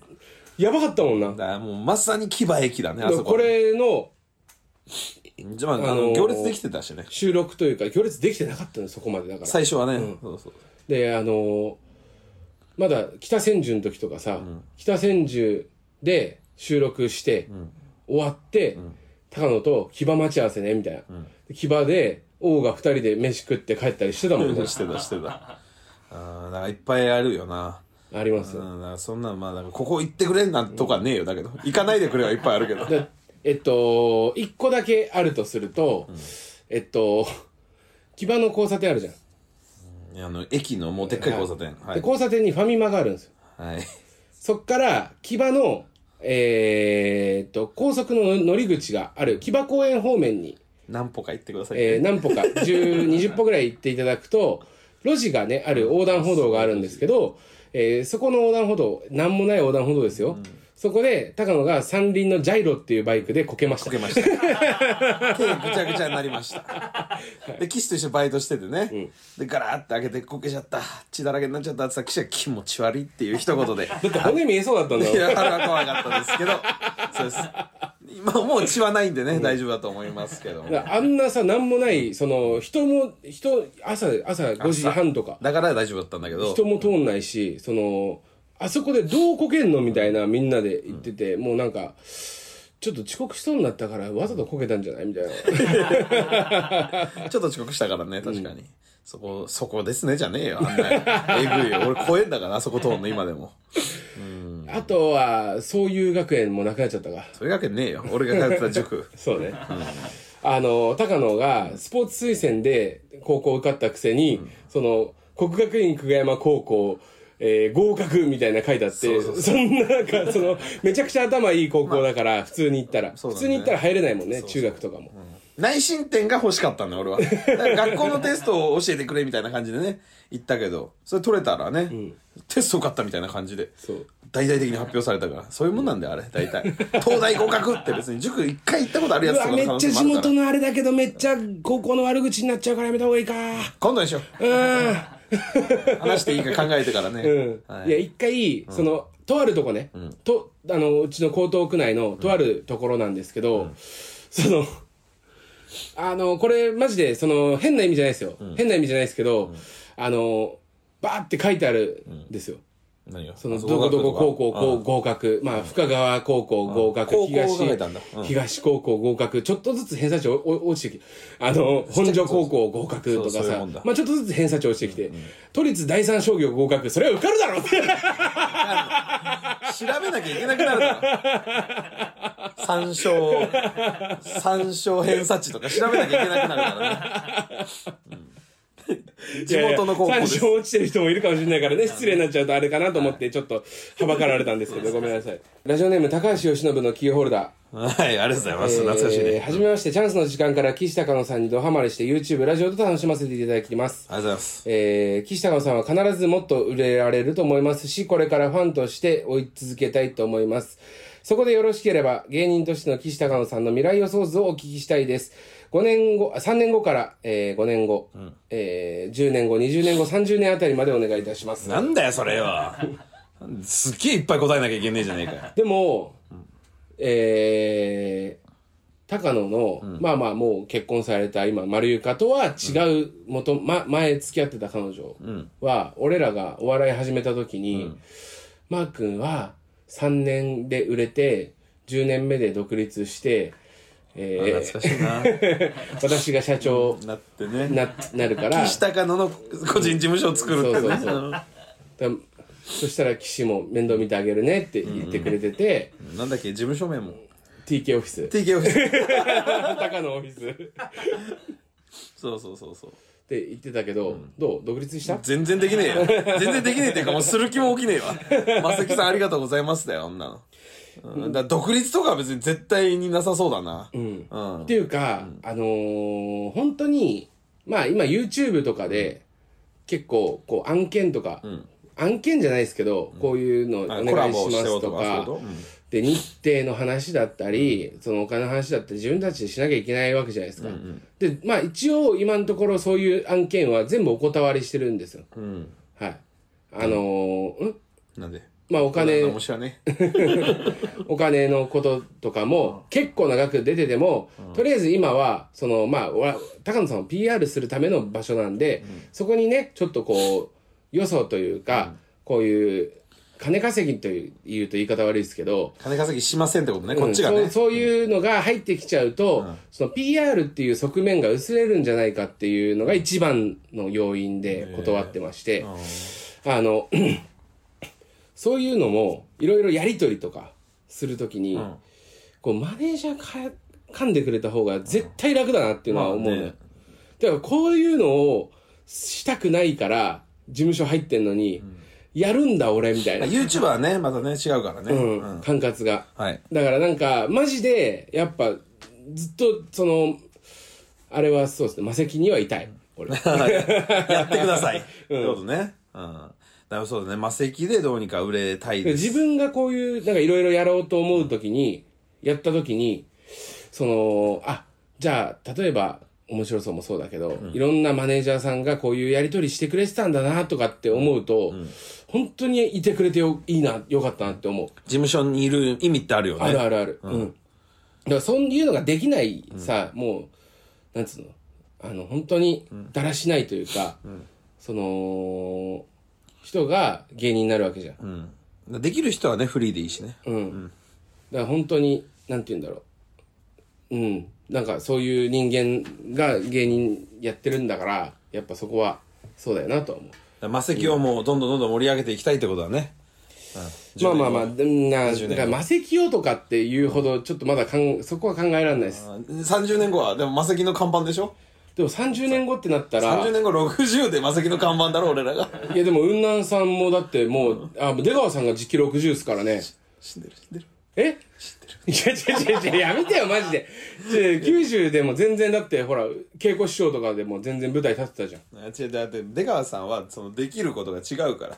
やばかったもんな。だからもうまさに牙駅だねあそここれのじゃあ,、ああののー行列できてたしね収録というか、行列できてなかったの、そこまでだから。最初はね、そうそうであのーまだ北千住の時とかさ、北千住で収録して、終わって、高野と木場待ち合わせねみたいな、で木場で王が二人で飯食って帰ったりしてたもんねしてたしてたあーだからいっぱいあるよなあります、うんだからそんなんまあだからここ行ってくれんなんとかねえよだけど行かないでくれはいっぱいあ (laughs) るけどでえっと一個だけあるとすると、えっと木場の交差点あるじゃん、あの駅のもうでっかい交差点はいで、交差点にファミマがあるんですよはい、そっから木場のえーっと高速の乗り口がある木場公園方面に何歩か行ってください、えー何歩か、10、20歩ぐ (laughs) らい行っていただくと、路地がね、ある横断歩道があるんですけど、えーそこの横断歩道、なんもない横断歩道ですよ。そこで、高野が三輪のジャイロっていうバイクでこけました。ました。手ぐ (laughs) ちゃぐちゃになりました。で、騎士と一緒にバイトしててね。で、ガラーって開けてこけちゃった。血だらけになっちゃったってさ、騎士が気持ち悪いっていう一言で。だって骨見えそうだったんだいよ。や、あれは怖かったですけど。そうです。今もう血はないんでね、大丈夫だと思いますけども。だからあんなさ、なんもない、その、人も、人、朝、朝5時半とか、だから大丈夫だったんだけど人。も通んないし、その、あそこでどうこけんのみたいなみんなで言ってて、もうなんか、ちょっと遅刻しそうになったからわざとこけたんじゃないみたいな。ちょっと遅刻したからね、確かに。そこ、そこですね、じゃねえよ。あんなえぐいよ。俺怖えんだから、あそこ通んの、今でも。あとは、そういう学園もなくなっちゃったか。そういうわけねえよ。俺が通ってた塾。そうね。あの、高野がスポーツ推薦で高校受かったくせに、その、国学院久我山高校、えー合格みたいな書いてあって、そんな、なんか、その、めちゃくちゃ頭いい高校だから、普通に行ったら、そう普だね通に行ったら入れないもんね、中学とかも。内申点が欲しかったんだよ、俺は。だから学校のテストを教えてくれみたいな感じでね、言ったけど、それ取れたらね、テスト受かったみたいな感じで、そう大々的に発表されたから、そういうもんなんだよ、あれ、大体。東大合格って別に塾一回行ったことあるやうつとわ、かのめ可っ能ち性ゃもあ地るから元のあれだけど、めっちゃ高校の悪口になっちゃうからやめた方がいいか。今度でしょ。うん。話していいか考えてからね。うん、はいや一回、そのとあるとこね、とあのうちの江東区内のとあるところなんですけど、そのあのこれマジでその変な意味じゃないですよ、変な意味じゃないですけど、あのバーって書いてあるんですよ、何がそのどこどこ高校こう合格、まあ、深川高校合格、高校が東書いてあんだうん東高校合格、ちょっとずつ偏差値おお落ちてきて、あの、本所高校合格とかそうそういうもさんだ、まあちょっとずつ偏差値落ちてきて、都立第三商業合格、それは受かるだろうって。調べなきゃいけなくなるから。参照、参照偏差値とか調べなきゃいけなくなるからね。うん地元の高校で三す。賞落ちてる人もいるかもしれないからね、失礼になっちゃうとあれかなと思って、ちょっとはばかられたんですけど、ごめんなさい。ラジオネーム、高橋由伸のキーホルダー。はい、ありがとうございます。えー懐かしいね。はじめまして、チャンスの時間から岸高野さんにドハマりして YouTube、ラジオと楽しませていただきます。ありがとうございます。えー、岸高野さんは必ずもっと売れられると思いますし、これからファンとして追い続けたいと思います。そこでよろしければ、芸人としての岸高野さんの未来予想図をお聞きしたいです。5年後、あ3年後から、えー、5年後、えー、10年後、20年後、30年あたりまでお願いいたします。なんだよ、それは。すっげえいっぱい答えなきゃいけねえじゃねえかよ。でも、えー、高野の、まあまあもう結婚された今、丸ゆかとは違う、元、ま、前付き合ってた彼女うんは、俺らがお笑い始めた時に、うんマー君は3年で売れて、10年目で独立して、えーあ懐かしいな私が社長なってねな、なる (laughs) から、岸高野の個人事務所を作るってねそうそうそうだそしたら岸も面倒見てあげるねって言ってくれてて、うんなんだっけ事務所名も TK オフィス (laughs) TK オフィス高野オフィスっそうそうそうそうて言ってたけど、どう独立した全然できねえよ全然できねえっていうかもうする気も起きねえわマセキさんありがとうございますだよ女の、うん、だから独立とかは別に絶対になさそうだなうん、っ、ていうか、あのー本当にまあ今 YouTube とかで結構こう案件とか、案件じゃないですけど、こういうのおあ願コラいしボましよすうととかかそういうことうんで日程の話だったり、そのお金の話だったり自分たちでしなきゃいけないわけじゃないですか、でまあ一応今のところそういう案件は全部お断りしてるんですようん、はいあのーうんなんでまあお金面白いねお金のこととかも結構長く出てても、とりあえず今はそのまあわ高野さんを PR するための場所なんで、そこにねちょっとこうよそというか、こういう金稼ぎという言うと言い方悪いですけど、金稼ぎしませんってことね、こっちがうんねそうそういうのが入ってきちゃうと、その PR っていう側面が薄れるんじゃないかっていうのが一番の要因で断ってまして、あの (clears throat) そういうのもいろいろやり取りとかするときに、んこうマネージャーか噛んでくれた方が絶対楽だなっていうのは思うのよ、まあねだからこういうのをしたくないから事務所入ってんのに、やるんだ俺みたいな、 YouTuber はねまたね違うからね、うんうん管轄が。はいだからなんか、マジで、やっぱ、ずっと、その、あれはそうですね、魔石には痛い。 (laughs) 俺。やってくだ (laughs) さい、ってことねうんだからそうだね魔石でどうにか売れたいです自分がこういう、なんかいろいろやろうと思うときに、やったときに、その、あ、じゃあ、例えば、面白そうもそうだけど、いろんなマネージャーさんがこういうやりとりしてくれてたんだなとかって思うと、本当にいてくれてよ、いいな、よかったなって思う。事務所にいる意味ってあるよねあるあるある。うん。だからそういうのができないさ、もう、なんつうの、あの、本当にだらしないというか、その、人が芸人になるわけじゃん。うん。うんできる人はねフリーでいいしねだから本当に、なんて言うんだろう。うん。なんかそういう人間が芸人やってるんだから、やっぱそこは、そうだよなとは思う。魔石をもうどんどんどんどん盛り上げていきたいってことだね、うんまあまあまあ、 10うんな、 10年後だから魔石をとかっていうほど、ちょっとまだかん、そこは考えられないです。年後30年後はでも魔石の看板でしょでも30年後ってなったら、 30年後60で魔石の看板だろ俺らが (laughs) いやでも雲南さんもだってもう、あ、出川さんが時期60っすからね。死んでる死んでるえいや、ちょちょちょ、やめてよ、マジで。ちょ九州でも全然だって、ほら、稽古師匠とかでも全然舞台立ってたじゃん。あ違うだって出川さんはそのできることが違うから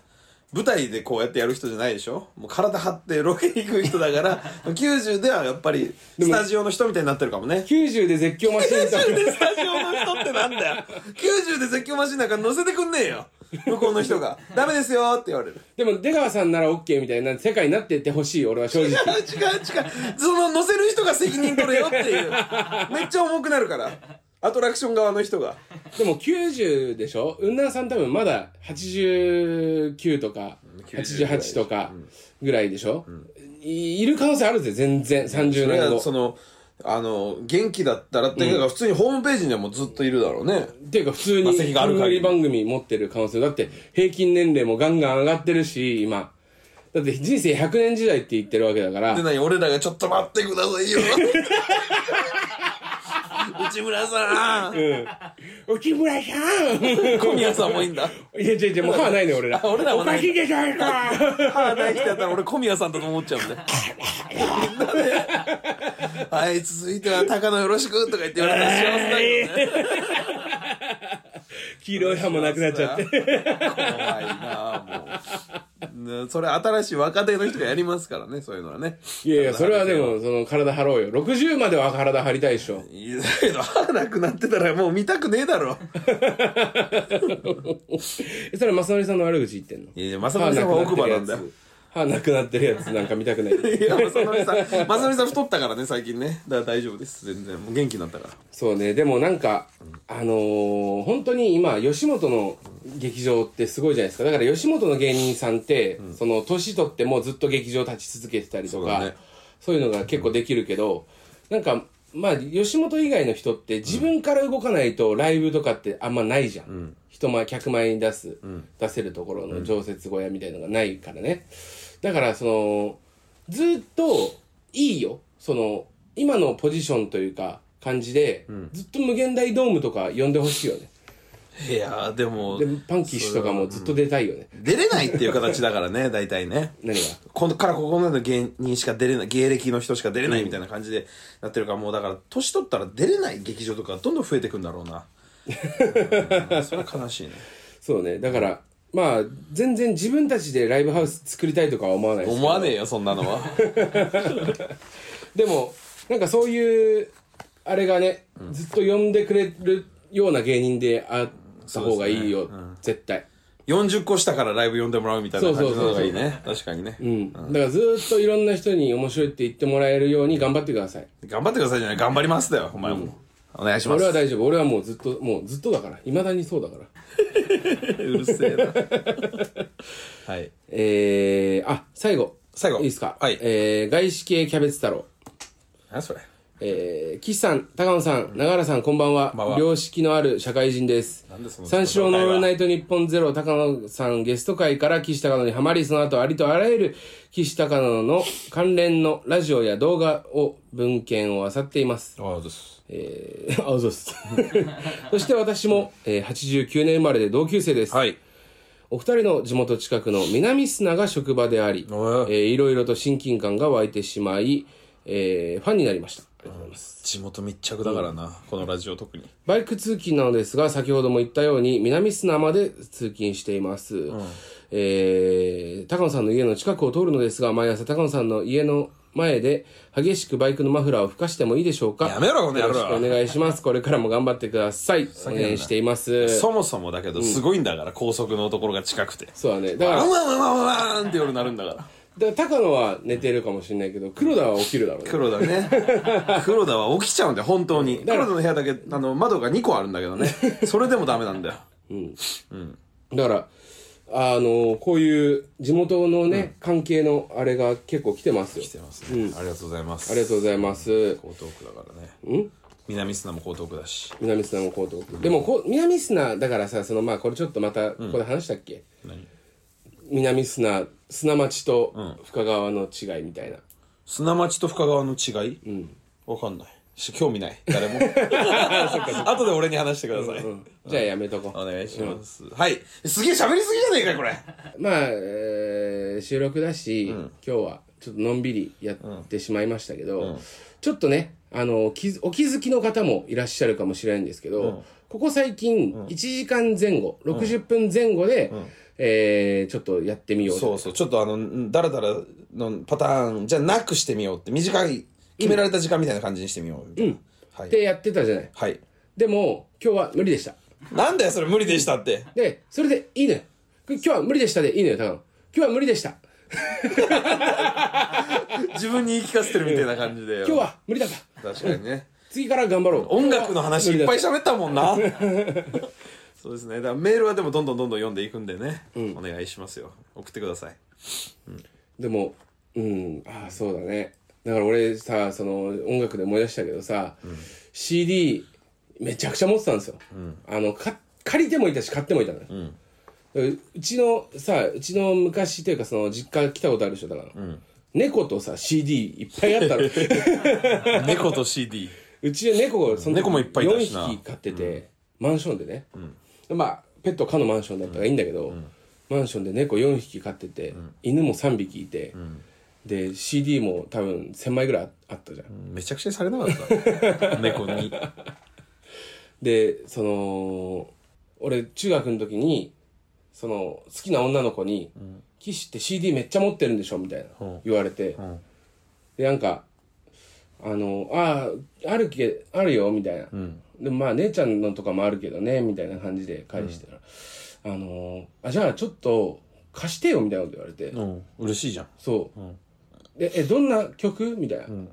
舞台でこうやってやる人じゃないでしょもう体張ってロケに行く人だから (laughs) 90ではやっぱりスタジオの人みたいになってるかも (laughs) ね九州で絶叫マシンとか、 (laughs) 90でスタジオの人ってなんだよ90で絶叫マシンなんか乗せてくんねえよ向こうの人が「ダメですよ」って言われるでも出川さんなら OK みたいな世界になってってほしい、俺は正直。違う違うその乗せる人が責任取れよっていうめっちゃ重くなるからアトラクション側の人がでも90でしょ雲南さん多分まだ89とか90 88とかぐらいでしょ、いいる可能性あるぜ、全然。30それ年は後。そのあの元気だったらっていうか、普通にホームページにはもうずっといるだろうねっていうか普通マにセキがある限り冠番組持ってる可能性だって平均年齢もガンガン上がってるし今だって人生100年時代って言ってるわけだからで何俺らが「ちょっと待ってくださいよ」内村さん沖村さんい小宮さんもいいんだや違う違うもう歯ないね俺らあ俺らおはなかいしいでしょうか歯ない人やったら俺小宮さんだと思っちゃうんではい続いては高野よろしくとか言って言われたら幸せだよね黄色い歯もなくなっちゃって怖いなあもうねそれ新しい若手の人がやりますからねそういうのはねいやいやそれはでもその体張ろうよ60までは体張りたいでしょいやだけど歯なくなってたらもう見たくねえだろえそれ正則さんの悪口言ってんのいやいや正則さんは奥歯なんだよ歯なくなってるや歯なくなってるやつなんか見たくないいや、まさのりさん、まさのりさん太ったからね、最近ね。だから大丈夫です。全然。もう元気になったから。そうねでもなんかあのー本当に今吉本の劇場ってすごいじゃないですかだから吉本の芸人さんって、その年取ってもずっと劇場立ち続けてたりとそうかだそう,、ねいうのが結構できるけど、なんかまあ吉本以外の人って自分から動かないとライブとかってあんまないじゃん、人前客前に出す、出せるところの常設小屋みたいのがないからねだからそのずっといいよその今のポジションというか感じで、ずっと無限大ドームとか呼んでほしいよねいやー、でもで、パンキッシュとかもずっと出たいよね、出れないっていう形だからね、大体ね。何がこのからここまでの芸人しか出れない、芸歴の人しか出れないみたいな感じでなってるから、もうだから、年取ったら出れない劇場とかどんどん増えてくんだろう (laughs) な。うんそれは悲しいね。そうねだからまあ全然自分たちでライブハウス作りたいとかは思わないですけど思わねえよ、そんなのは。 (laughs) でもなんかそういうあれがね、ずっと呼んでくれるような芸人であった方がいいよ、絶対40個下からライブ呼んでもらうみたいな感じの方がいいね。確かにね。うん、だからずーっといろんな人に面白いって言ってもらえるように頑張ってください頑張ってくださいじゃない。頑張りますだよ、お前も。お願いします (laughs) 俺。は大丈夫俺はもうずっともうずっとだからいまだにそうだかうらるせえな。はい。えー、あ最後最後いいですかはいえー、外資系キャベツ太郎何それ。えー、岸さん、高野さん、永原さん、こんばんは。ばんは良識のある社会人ですなんでそ。の三四郎のオールナイト日本ゼロ、高野さんゲスト会から岸高野にハマり、その後ありとあらゆる岸高野の関連のラジオや動画を、文献を漁っています。ああ、です。えー、あ、そうです。 (laughs) そして私も、えー、89年生まれで同級生です。はい。お二人の地元近くの南砂が職場であり、えおいー、いろいろと親近感が湧いてしまい、えー、ファンになりました。ありがとうございます。地元密着だからな、このラジオ特に。バイク通勤なのですが、先ほども言ったように、南砂まで通勤しています。えー、高野さんの家の近くを通るのですが、毎朝高野さんの家の前で、激しくバイクのマフラーを吹かしてもいいでしょうかやめろこの野郎よろしくお願いします。これからも頑張ってください。応援しています。そもそもだけど、すごいんだから、高速のところが近くて。そうだね。だうかわ、らうわうわうわーんって夜なるんだから。だから高野は寝てるかもしれないけど、黒田は起きるだろうね。黒田 (laughs) ね。黒田は起きちゃうんだよ、本当に。黒田の部屋だけ、あの、窓が2個あるんだけ (laughs) どね。それでもダメなんだよ。だから、あの、こういう地元のね、関係のあれが結構来てますよ。来てますね。ありがとうございます。ありがとうございます。江東区だからね。南砂も江東区だし。南砂も江東区、でもこう南砂だからさそのまあこれちょっとまたここで話したっけ、何南砂砂町と深川の違いみたいな、砂町と深川の違い、わかんないし興味ない誰 (laughs) も後で俺に話してください、じゃあやめとこう、お願いします、はいすげえ喋りすぎじゃねえかよこれまあ、えー収録だし、今日はちょっとのんびりやってしまいましたけど、ちょっとねあの気づお気づきの方もいらっしゃるかもしれないんですけど、ここ最近1時間前後、60分前後で、えーちょっとやってみようとそうそうちょっとあのダラダラのパターンじゃなくしてみようって短い決められた時間みたいな感じにしてみようみたいな、はっい、てやってたじゃない、はい、でも今日は無理でしたなんだよそれ無理でしたってで、それでいいのよ。今日は無理でしたでいいのよ、多分。今日は無理でした。自分に言い聞かせてるみたいな感じで今日は無理だった。確かにね次から頑張ろう。音楽の話いっぱい喋ったもん (laughs) なそうですねだからメールはでもどんどんどんどん読んでいくんでね、お願いしますよ送ってくださ (laughs) いでも、うん、ああ、そうだね。だから俺さ、その音楽で思い出したけどさ、CD めちゃくちゃ持ってたんですよ。あの、か借りてもいたし買ってもいたのよ。うちのさ、うちの昔というかその実家来たことあるでしょ、だから。猫とさ、CD いっぱいあっ (laughs) たの。猫と CD うちで猫をその時猫もいっぱいいたしな4匹飼ってて、マンションでね、まあペットかのマンションだったからいいんだけど、マンションで猫4匹飼ってて、犬も3匹いて、で CD も多分1000枚ぐらいあったじゃん、めちゃくちゃにされなか (laughs) ったね猫にでその俺中学の時にその好きな女の子に「岸って CD めっちゃ持ってるんでしょ」みたいな、言われて、でなんか「あのあああるけあるよ」みたいな、でもまあ姉ちゃんのとかもあるけどねみたいな感じで返してたら「あのあじゃあちょっと貸してよみたいなこと言われて、うん嬉しいじゃんそう、うんでえどんな曲みたいな、ん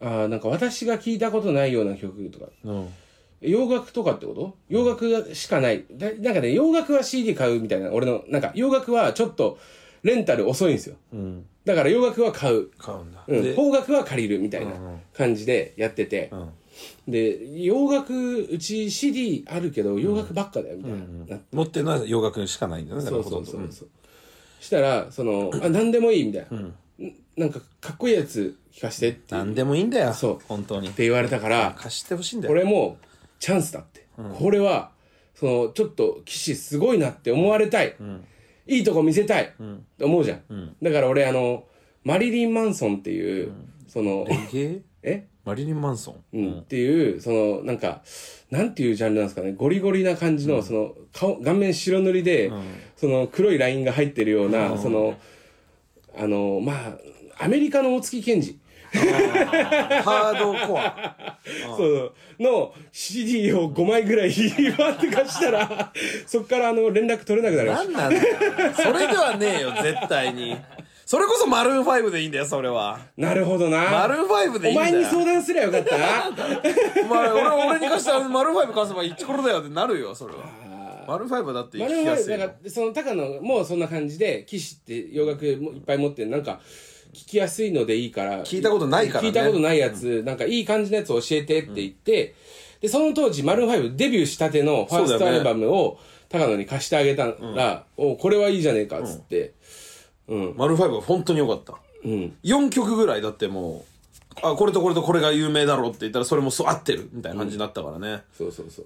あーなんか私が聞いたことないような曲とかうん洋楽とかってこと洋楽しかないだなんかね洋楽は CD 買うみたいな俺のなんか洋楽はちょっとレンタル遅いんですようんだから洋楽は買う、買うんだうん、で邦楽は借りるみたいなうんうん感じでやってて、うんで洋楽うち CD あるけど洋楽ばっかだよみたいな、なって持ってるのは洋楽しかないんだよねだかそらうほそとうんどそうそうしたらそのあ何でもいいみたいな、んんなんかかっこいいやつ聞かせてって何でもいいんだよそう本当にって言われたから貸してほしいんだよこれもチャンスだって、これはそのちょっと騎士すごいなって思われたい、いいとこ見せたいって思うじゃん、だから俺あのマリリン・マンソンっていう、その (laughs) レゲエえマリリン・マンソンうん、っていう、その、なんか、なんていうジャンルなんですかね、ゴリゴリな感じの、その、顔、顔面白塗りで、その、黒いラインが入ってるような、その、あの、まあ、アメリカの大月健二ハードコアそうの CD を5枚ぐらいバーって貸し (laughs) たら、そっからあの、連絡取れなくなりました。何なんだよそれではねえよ絶対にそれこそマルーン5でいいんだよそれはなるほどな。マルーン5でいおいんだよ前に相談すりゃよかったな。 (laughs) お前俺俺に貸したらマルーン5貸せば一頃だよってなるよそれはマルーン5だってまあ行できもやすいだからよその高野もそんな感じで岸って洋楽もいっぱい持ってなんか聞きやすいのでいいから聞いたことないからね聞いたことないやつ、なんかいい感じのやつ教えてって言って、でその当時マルーン5デビューしたてのファーそうスだトよアねルバムを高野に貸してあげたら、おこれはいいじゃねえかっつって、マルーン5は本当に良かったうん、 4曲ぐらいだってもうあこれとこれとこれが有名だろうって言ったらそれもそう合ってるみたいな感じになったからね、そうそうそう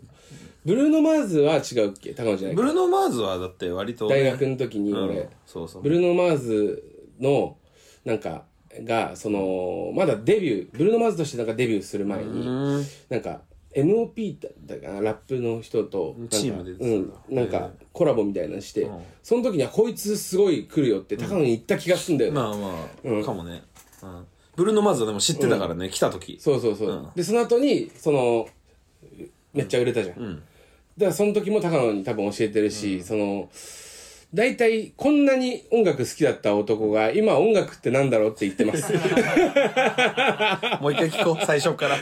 ブルーノ・マーズは違うっけ高野じゃないブかルーノ・マーズはだって割とね、大学の時に俺、うんそうそうブルーノ・マーズのなんかがそのまだデビューブルーノ・マーズとしてなんかデビューする前になんか MOP だったかなラップの人となんかチームで出てたうんんだなんかコラボみたいなのして、その時にはこいつすごい来るよって高野に言った気がすんだよね、まあまあ、かもね、うん、ブルーノ・マーズはでも知ってたからね、来た時そうそうそう、うんでその後にそのめっちゃ売れたじゃん、だからその時も高野に多分教えてるし、その大体こんなに音楽好きだった男が今音楽ってなんだろうって言ってます (laughs) もう一回聞 (laughs) こう最初から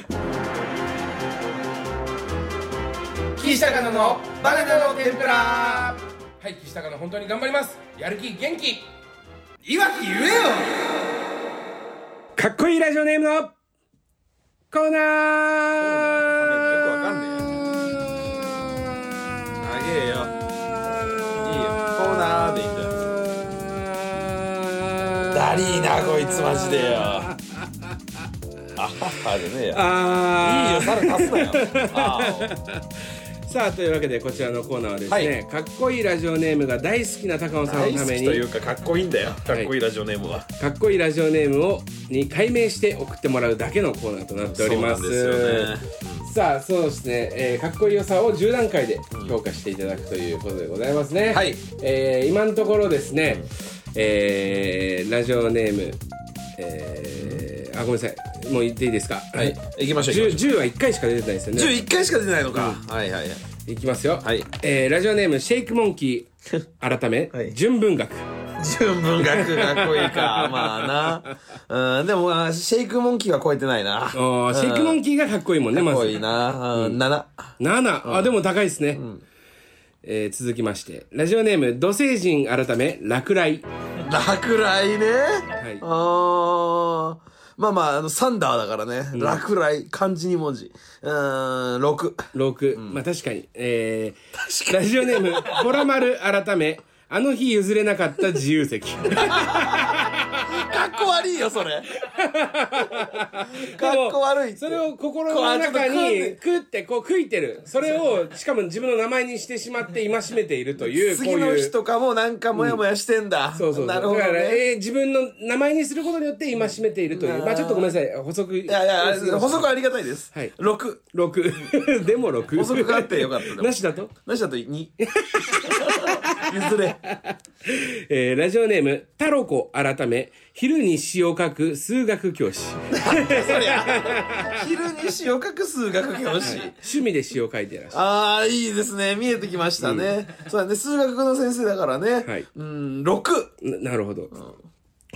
岸高野のバナナの天ぷらはい岸高野本当に頑張りますやる気元気いわき言えよかっこいいラジオネームのコーナーよくわかんねえよ長えよいいよコーナーでいいんだよダリーなこいつマジでよあははじゃねえよあいいよ猿足すなよあーーさあというわけでこちらのコーナーはですね、はいかっこいいラジオネームが大好きな高野さん大のた好めきにというかかっこいいんだよかっこいいラジオネームは、かっこいいラジオネームをに改名して送ってもらうだけのコーナーとなっておりますそうなんですさあそうですね、えーかっこいい良さを10段階で評価していただくということでございますね、はいえー今のところですね、えーラジオネームえーあごめんなさいもう言っていいですかははい行きましょう行きましょう 10, 10は1回しか出てないですよね11回しか出てないのか、はいはいはいいきますよ、はいえーラジオネームシェイクモンキー (laughs) 改め、はい純文学純文学かっこいいか (laughs) まあなうんでもまあシェイクモンキーは超えてないなシおーシェイクモンキーがかっこいいもんねかまっずこいいな、うん、7 7、あでも高いですね、えー続きましてラジオネーム土星人改め落雷落雷ね、いあーまあまああのサンダーだからね、落雷漢字2文字うーん6 6、まあ確かに,、えー、ラジオネームポラマル改めあの日譲れなかった自 (laughs) 由席かっこ悪いよそれかっこ悪いってそれを心の中に食ってこう食いてるそれをしかも自分の名前にしてしまって戒めているというこ次うのいう日とかもなんかモヤモヤしてんだ、そうそうそうなるほど、ね、だから、えー自分の名前にすることによって今めているという、まあちょっとごめんなさい補足いいやいやあれ補足ありがたいです、はい6 6 (laughs) でも6補足があってよかったでもなしだとなしだと2譲れえーラジオネーム、タロコ改め、昼に詩を書く数学教 (laughs) 師。そりゃ昼に詩を書く数学教師趣味で詩を書いてらっしゃる。ああいいですね見えてきましたね、そうだね数学の先生だからね、はいうん6ななるほど。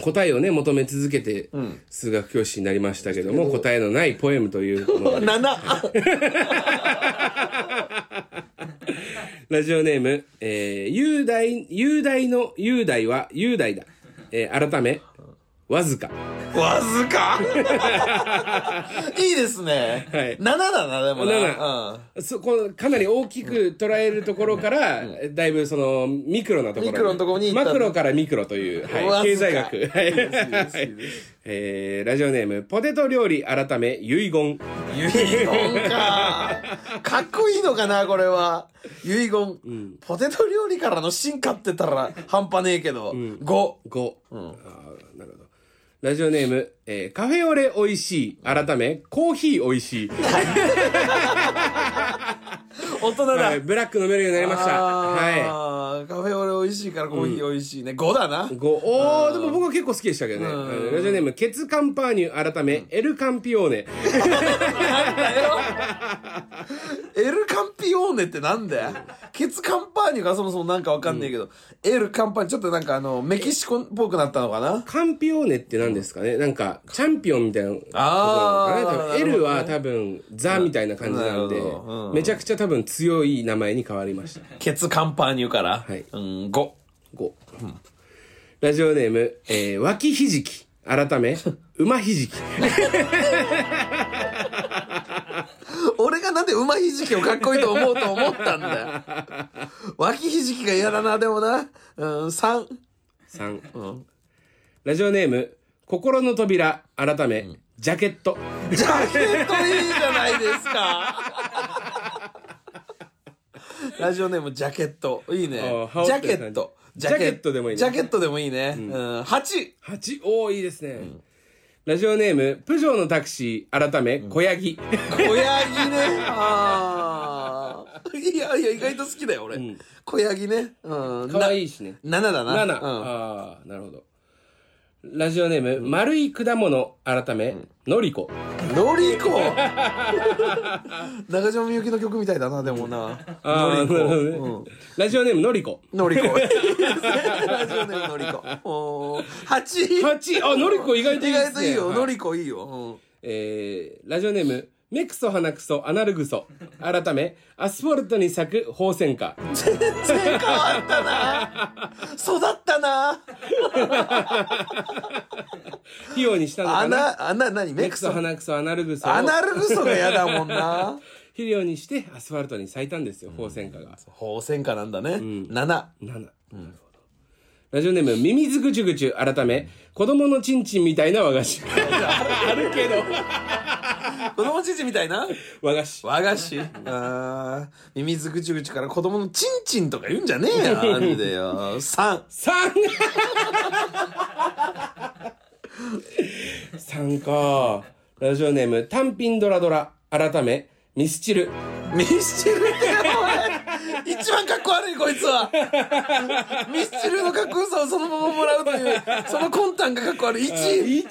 答えをね、求め続けて、数学教師になりましたけども、答えのないポエムというの (laughs) をね7ラジオネーム、えー、雄大、雄大の雄大は雄大だ。えー、改め、わずか。わずかいいですね、はい7だなでもな7うんそこかなり大きく捉えるところから、だいぶそのミクロなところにミクロのところに行ったマクロからミクロという、はわい、ずか経済学、はいはいえーラジオネームポテト料理改め遺言遺言か。かっこいいのかな、これは。遺言。ポテト料理からの進化って言ったら半端ねえけど。5。 5、あーなるほどラジオネーム、えーカフェオレおいしい改めコーヒーおいしい、大人だ。はい、ブラック飲めるようになりましたはあーカフェオレ美味しいからコーヒー美味しいね。5だな。い5おーでも僕は結構好きでしたけどねラジオネームケツカンパーニュ改め、エルカンピオーネエルカンピオーネってなんだよ。ケツカンパーニュがそもそもなんかわかんねえけど。エルカンパーニュ、ちょっとなんかあの、メキシコっぽくなったのかな。カンピオーネって何ですかねなんか、チャンピオンみたいなことあーなのかななるほど多分ね L は多分、ザみたいな感じなんでなるほどう、んめちゃくちゃ多分強い名前に変わりました。ケツカンパーニュから。はいうん、5。 5。ラジオネーム、えー、脇ひじき。改 (laughs) め、馬ひじき。俺がなんで馬ひじきをかっこいいと思うと思ったん (laughs) だよ。脇ひじきが嫌だな、でもな。うん、3。 3。ラジオネーム、心の扉。改め、ジャケット。ジャケットいいじゃないです (laughs) か。ラジオネームジャケット。いいね。ジあー羽織ャってケッる感じト。ジャケットでもいいねジャケットでもいいね。うん、8。 8。おー、いいですね。ラジオネーム、プジョーのタクシー。改め、小ヤギ。小ヤギね。ああ。いやいや、意外と好きだよ、俺。小ヤギね。うん。かわいいしね。な7だな。 7、うん。ああなるほどラジオネーム、丸い果物改め、のりこノリコ中島みゆきの曲みたいだな、でもな。ああなるほどねラジオネームのりこノリコ。ラジオネームノリコ。8。 8あのりこ意外とい意いで外すとねいいよ。はいノリコいいよ。えー、ラジオネーム目くそ鼻くそアナルグソ改めアスファルトに咲く宝泉花うん全然変わったな。育ったな。費用にしたのかな穴、穴、何メ目クくソそ。鼻くそアナルグソをアナルグソが嫌だもんな。肥料にしてアスファルトに咲いたんですよ宝泉花が宝泉花なんだね。7。 7、なるほどラジオネームミミズグチュグチュ改め子供のチンチンみたいな和菓子あるけど子供ちんちんみたいな和菓子和菓子あーミミズグチグチから子供のチンチンとか言うんじゃねえよ。なんでよ。3。三三かラジオネーム単品ドラドラ改めミスチルミスチルってやばい一番かっこ悪いこいつはミスチルのかっこよさをそのままもらうというその魂胆がかっこ悪い1一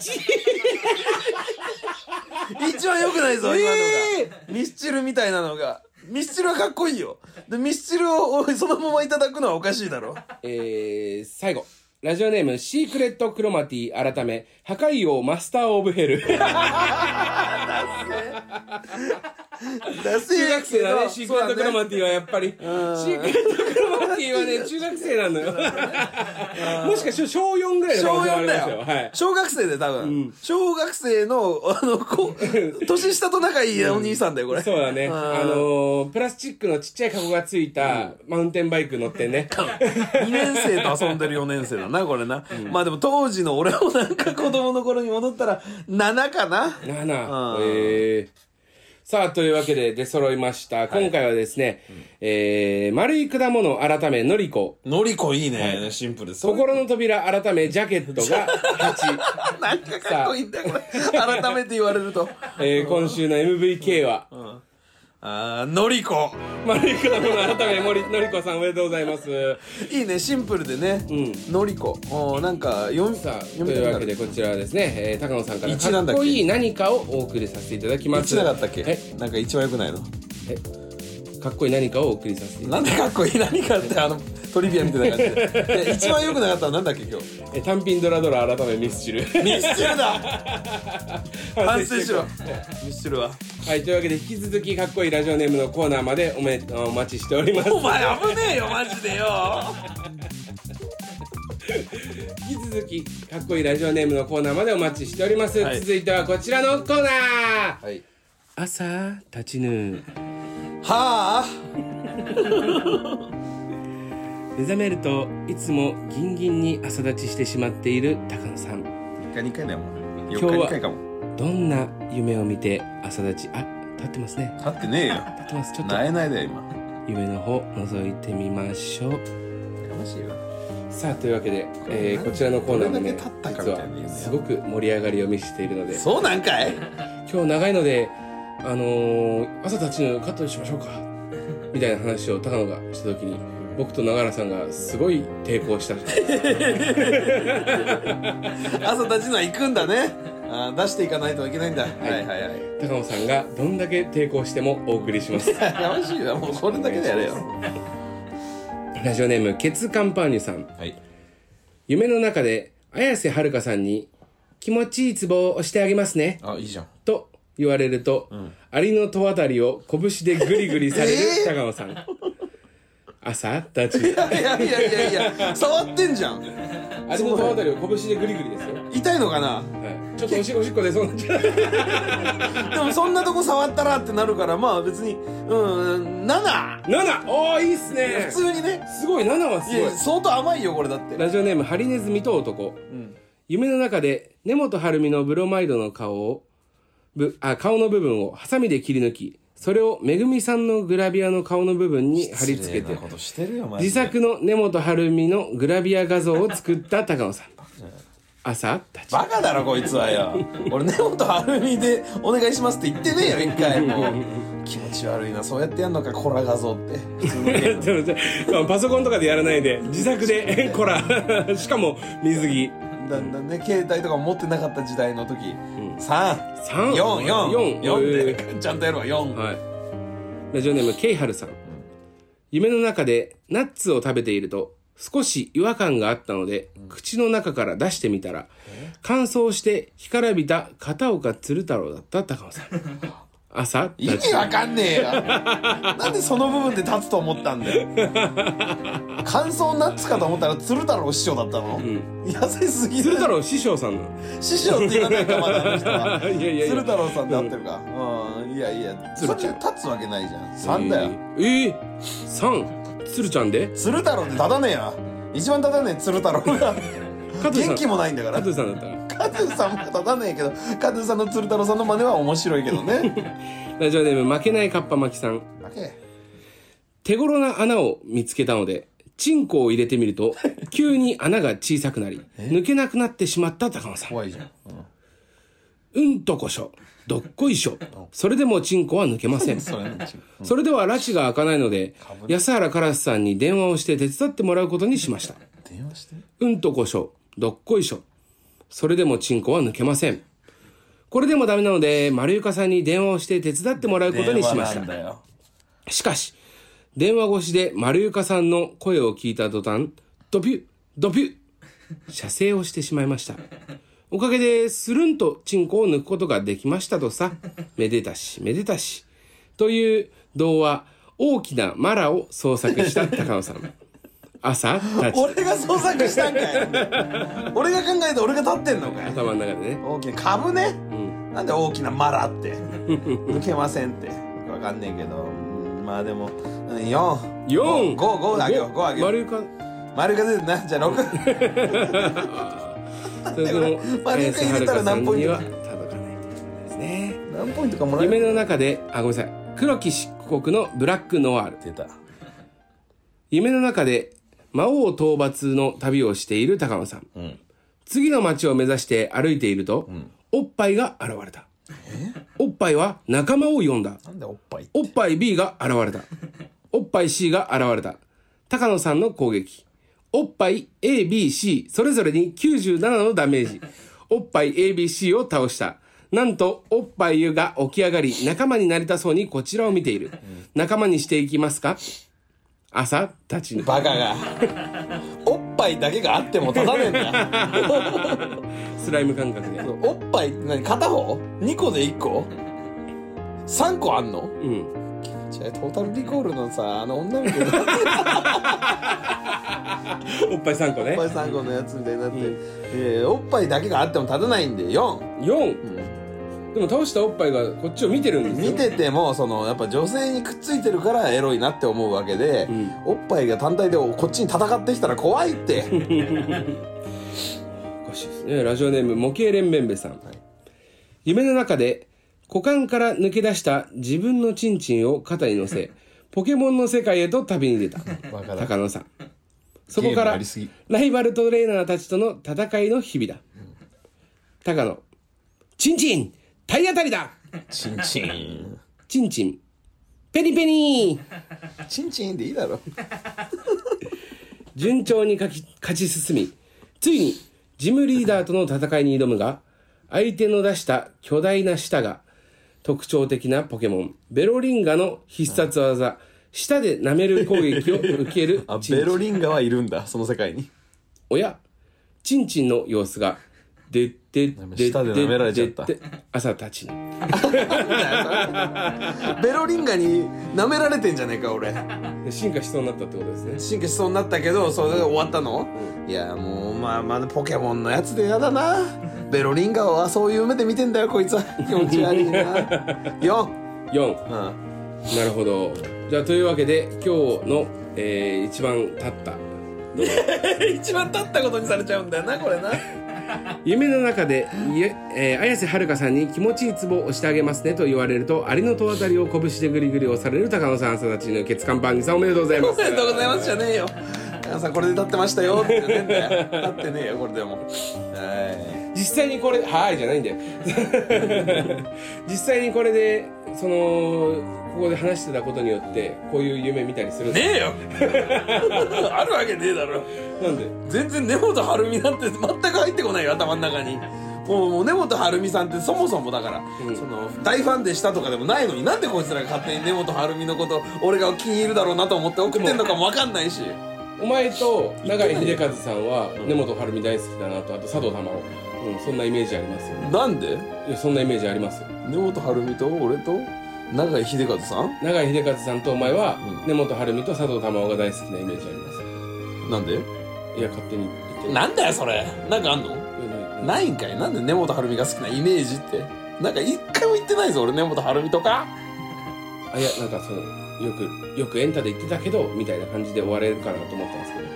一番良くないぞ今のが、ミスチルみたいなのがミスチルはかっこいいよでミスチルをそのままいただくのはおかしいだろえー、最後ラジオネームシークレットクロマティ改め破壊王マスターオブヘ (laughs) ルダセ中え学け生どだねシークレットクロマティはやっぱり、シークレットクロマティはね中学生なのよ (laughs) もしかして小4ぐらいの可小能性もあ4りまだすよ、はい小学生で多分、小学生のあのこう年下と仲いいお兄さんだよこれ、そうだね。あのー、プラスチックのちっちゃいカゴがついたマウンテンバイク乗って (laughs) ね。 2年生と遊んでる4年生だな、これな。まあでも当時の俺もなんか子供の頃に戻ったら、7かななな。えーさあ、というわけで出揃いました。今回はですね、えー、丸い果物改めのりこ、のりこいいね、シンプルです。心の扉改めジャケットが (laughs) 8。なんかかっこいいんだよ、これ。改めて言われると。えー、今週の MVK は、 (laughs) あーのりこマリコの改め森のりこさんおめでとうございますいいねシンプルでね、うのりこおーなんか読みさあと読みいうたくわなけでるこちらはですね、えー、高野さんから一なかんっだっけこいい何かをお送りさせていただきま一すなかったっけえなんか一番良くないのかっこいい何かをお送りさせていたなだんでかっこいい何かってあのトリビアみたいな感じ (laughs) でで一番良くなかったのなんだっけ今日きますえ単品ドラドラ改めミスチルミスチルだ (laughs) 反省しろ (laughs) ミスチルは (laughs) はいというわけで引き続きかっこいいラジオネームのコーナーまでおめお待ちしておりま (laughs) すお前危ねえよマジでよ引き続きかっこいいラジオネームのコーナーまでお待ちしております、はい続いてはこちらのコーナーはい朝立ちぬはあ目覚めるといつもギンギンに朝立ちしてしまっている高野さん1回2回だもん今日は4回2回かもどんな夢を見て朝立ちあ立ってますね立ってねえよ立ってますちょっとなえないだよ今夢の方覗いてみましょうやましいわさあというわけで、えーこれこちらのコーナーもねこれだけ立ったか実みたいな夢はすごく盛り上がりを見せているのでそうなんかい今日長いのであのー朝立ちのカットにしましょうか (laughs) みたいな話を高野がした時に僕と永原さんがすごい抵抗 (laughs) した朝立ちのは行くんだねあー出していかないといけないんだはいはいはい高野さんがどんだけ抵抗してもお送りしますやましいわもうそれだけでやれよラジオネームケツカンパーニュさんはい夢の中で綾瀬はるかさんに「気持ちいいツボを押してあげますねあいいじゃん」と言われると、アリの戸渡りを拳でグリグリされる高野さん、 (laughs) 朝立ちいやいやいやいやいや触ってんじゃん (laughs) アリの戸渡りを拳でグリグリですよ痛いのかなはい、ちょっとおしおしっこ出そうになっちゃうでもそんなとこ触ったらってなるからまあ別にうん7 7! おーいいっすね普通にねすごい7はいすごやい相当甘いよこれだってラジオネームハリネズミと男、夢の中で根本晴美のブロマイドの顔をぶあ顔の部分をハサミで切り抜きそれをめぐみさんのグラビアの顔の部分に貼り付け失礼てなことしてるよマジ自で作の根本晴美のグラビア画像を作った (laughs) 高野さん朝 (laughs) 立ちバカだろこいつはよ俺根本晴美でお願いしますって言ってねえよ一回もう気持ち悪いなそうやってやんのかコラ画像って普通のゲームでもじゃあパソコンとかでやらないで自作で (laughs) こらしかも水着だんだんね携帯とかも持ってなかった時代の時、三三四四四四でちゃんとやるわ四、はい。ラジオネーム、ケイハルさん。夢の中でナッツを食べていると、少し違和感があったので、口の中から出してみたら、乾燥して干からびた片岡鶴太郎だった高尾さん。朝、意味わかんねえよなんでその部分で立つと思ったんだよ乾燥ナッツかと思ったら鶴太郎師匠だったの、 (laughs) 優しすぎ鶴る太郎師匠さんの。師匠って言わないかまだあの人はいやいやいや鶴太郎さんで合ってるかうん、いやいやそ鶴れちゃん立つわけないじゃん三だよ、。えー、3? 鶴ちゃんで鶴太郎って立たねえよ一番立たねえ鶴太郎が加藤さん。元気もないんだから加藤さんだったら。カズーさんも立たねえけどカズーさんの鶴太郎さんの真似は面白いけどねラジオネーム、負けないかっぱ巻きさん。負け手頃な穴を見つけたので、チンコを入れてみると、急に穴が小さくなり、抜けなくなってしまった高野さん。怖いじゃん、うんうんとこしょ、どっこいしょ。それでもチンコは抜けません。それねちそれでは拉致が開かないので、安原カラスさんに電話をして手伝ってもらうことにしました。電話してうんとこしょ、どっこいしょ。それでもチンコは抜けません。これでもダメなので、丸床さんに電話をして手伝ってもらうことにしまし電話なたん。だよしかし、電話越しで丸床さんの声を聞いた途端、ドピュッ、ドピュッ、射精をしてしまいました。おかげで、スルンとチンコを抜くことができましたとさ、めでたし、めでたし。という童話、大きなマラを創作した高野さん。朝、立ち、俺が創作したんかい俺が考えて俺が立ってんのかい頭の中でね。大きな株ね、なんで大きなマラって抜けませんってわかんねえけどうんまあでも4 4! 五五あげよう五あげよう丸床、丸が出てなじゃあ6それでも、丸床入れたら何ポイント綾瀬はるかさんには届かないということですね。何ポイントかもらえ夢るの中で、あ、ごめんなさい。黒き漆黒のブラックノワール。出た夢の中で魔王討伐の旅をしている高野さん。うん次の街を目指して歩いていると、おっぱいが現れた。おっぱいは仲間を呼んだなんでおっぱいおっぱい B が現れた。おっぱい C が現れた。高野さんの攻撃。おっぱい A、B、C、それぞれに97のダメージ。おっぱい A、B、C を倒した。なんと、おっぱい U が起き上がり、仲間になりたそうにこちらを見ている。仲間にしていきますか朝、立ちぬ。バカがおっぱいだけがあっても立たねえんだスライム感覚で。おっぱいって何片方 ?2 個で1個 ?3 個あんのうん。違うトータルリコールのさあの女の子のおっぱい3個おっねぱ。い3個のやつみたいになって、いやいやおっぱいだけがあっても立たないんで4 4。でも倒したおっぱいがこっちを見てるんですよ。見ててもそのやっぱ女性にくっついてるからエロいなって思うわけで、うんおっぱいが単体でこっちに戦ってきたら怖いっておかしいですね。ラジオネーム、模型連綿べさん。夢の中で、股間から抜け出した自分のチンチンを肩に (laughs) 乗せ、ポケモンの世界へと旅に出た。バカだ高野さん。そこゲかームらやりすぎ、ライバルトレーナーたちとの戦いの日々だ。高野、チンチン体当たりだチンチンチンチン、ペニペニ (laughs) チンチンでいいだろ順調に勝ち勝ち進み、ついにジムリーダーとの戦いに挑むが、相手の出した巨大な舌が、特徴的なポケモン、ベロリンガの必殺技、舌で舐める攻撃を受けるあチンベチン。ロリンガはいるんだその世 (laughs) 界におや、チンチンの様子が、でってでって舌で舐められちゃったでで朝たちに。ベロリンガに舐められてんじゃねえか俺進化しそうになったってことですね。進化しそうになったけどそれで終わったの、いやもうまあまあポケモンのやつでやだなベロリンガはそういう目で見てんだよこい (laughs) つは気持ち悪いな4 (laughs) 4、うんなるほど。じゃあというわけで今日の、えー一番経った一番立ったことにされちゃうんだよなこれな夢の中で、いええー綾瀬はるかさんに気持ちいいツボを押してあげますねと言われると、ありの戸渡りを拳でぐりぐり押される高野さん朝たちの血管番組さんおめでとうございまおす。めでとうございますじゃねえよ皆さんこれで立ってましたよって言ってんだよ立ってねえよこれでもは (laughs) 実際にこれ、はーいじゃないんだよ。実際にこれで、その、ここで話してたことによって、こういう夢見た (laughs) りするんいですえよあるわけねえだろなんで、全然根本晴美なんて全く入ってこないよ頭の中にもうもう根本晴美さんってそもそもだから、うんその大ファンでしたとかでもないのになんでこいつらが勝手に根本晴美のこと俺が気に入るだろうなと思って送ってんのかも分かんないしお前と永井秀和さんは根本晴美大好きだなと、あと佐藤珠緒。うん、そんなイメージありますよね。なんでいや、そんなイメージありますよ。根本晴美と俺と永井秀和さん永井秀和さんとお前はうん根本晴美と佐藤珠緒が大好きなイメージありますなんでいや勝手に言ってなんだよそれなんかあんのいやないないんかいなんで根本晴美が好きなイメージってなんか一回も言ってないぞ俺根本晴美とかあいやなんかそのよくよくエンタで言ってたけどみたいな感じで終われるかなと思ったんですけどよ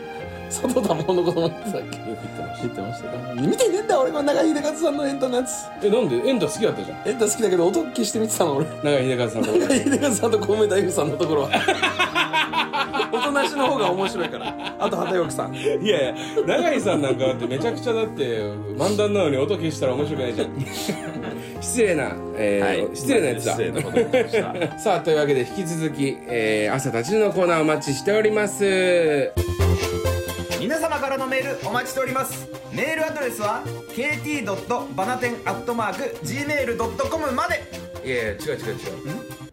佐藤珠緒のことも言ってたっけく言ってまし言ってましたか見てねえんだ俺この永井秀和さんのエンタのやつたえなんでエンタ好きだったじゃんエンタ好きだけど音消して見てたの俺永井秀和さんのこと秀和さんと小梅太夫さんのところは (laughs) おとなしの方が面白いからあと畑岡さんい (laughs) いやいや永井さんなんかだってめちゃくちゃだって漫談なのに音消したら面白くないじゃん (laughs) 失礼な、えー失礼なやつだ失礼なこと言ってました (laughs) さあというわけで引き続き、えー朝たちのコーナーお待ちしております皆様からのメールお待ちしておりますメールアドレスは kt. バナテンアットマーク gmail.com までいやいや違う違う違う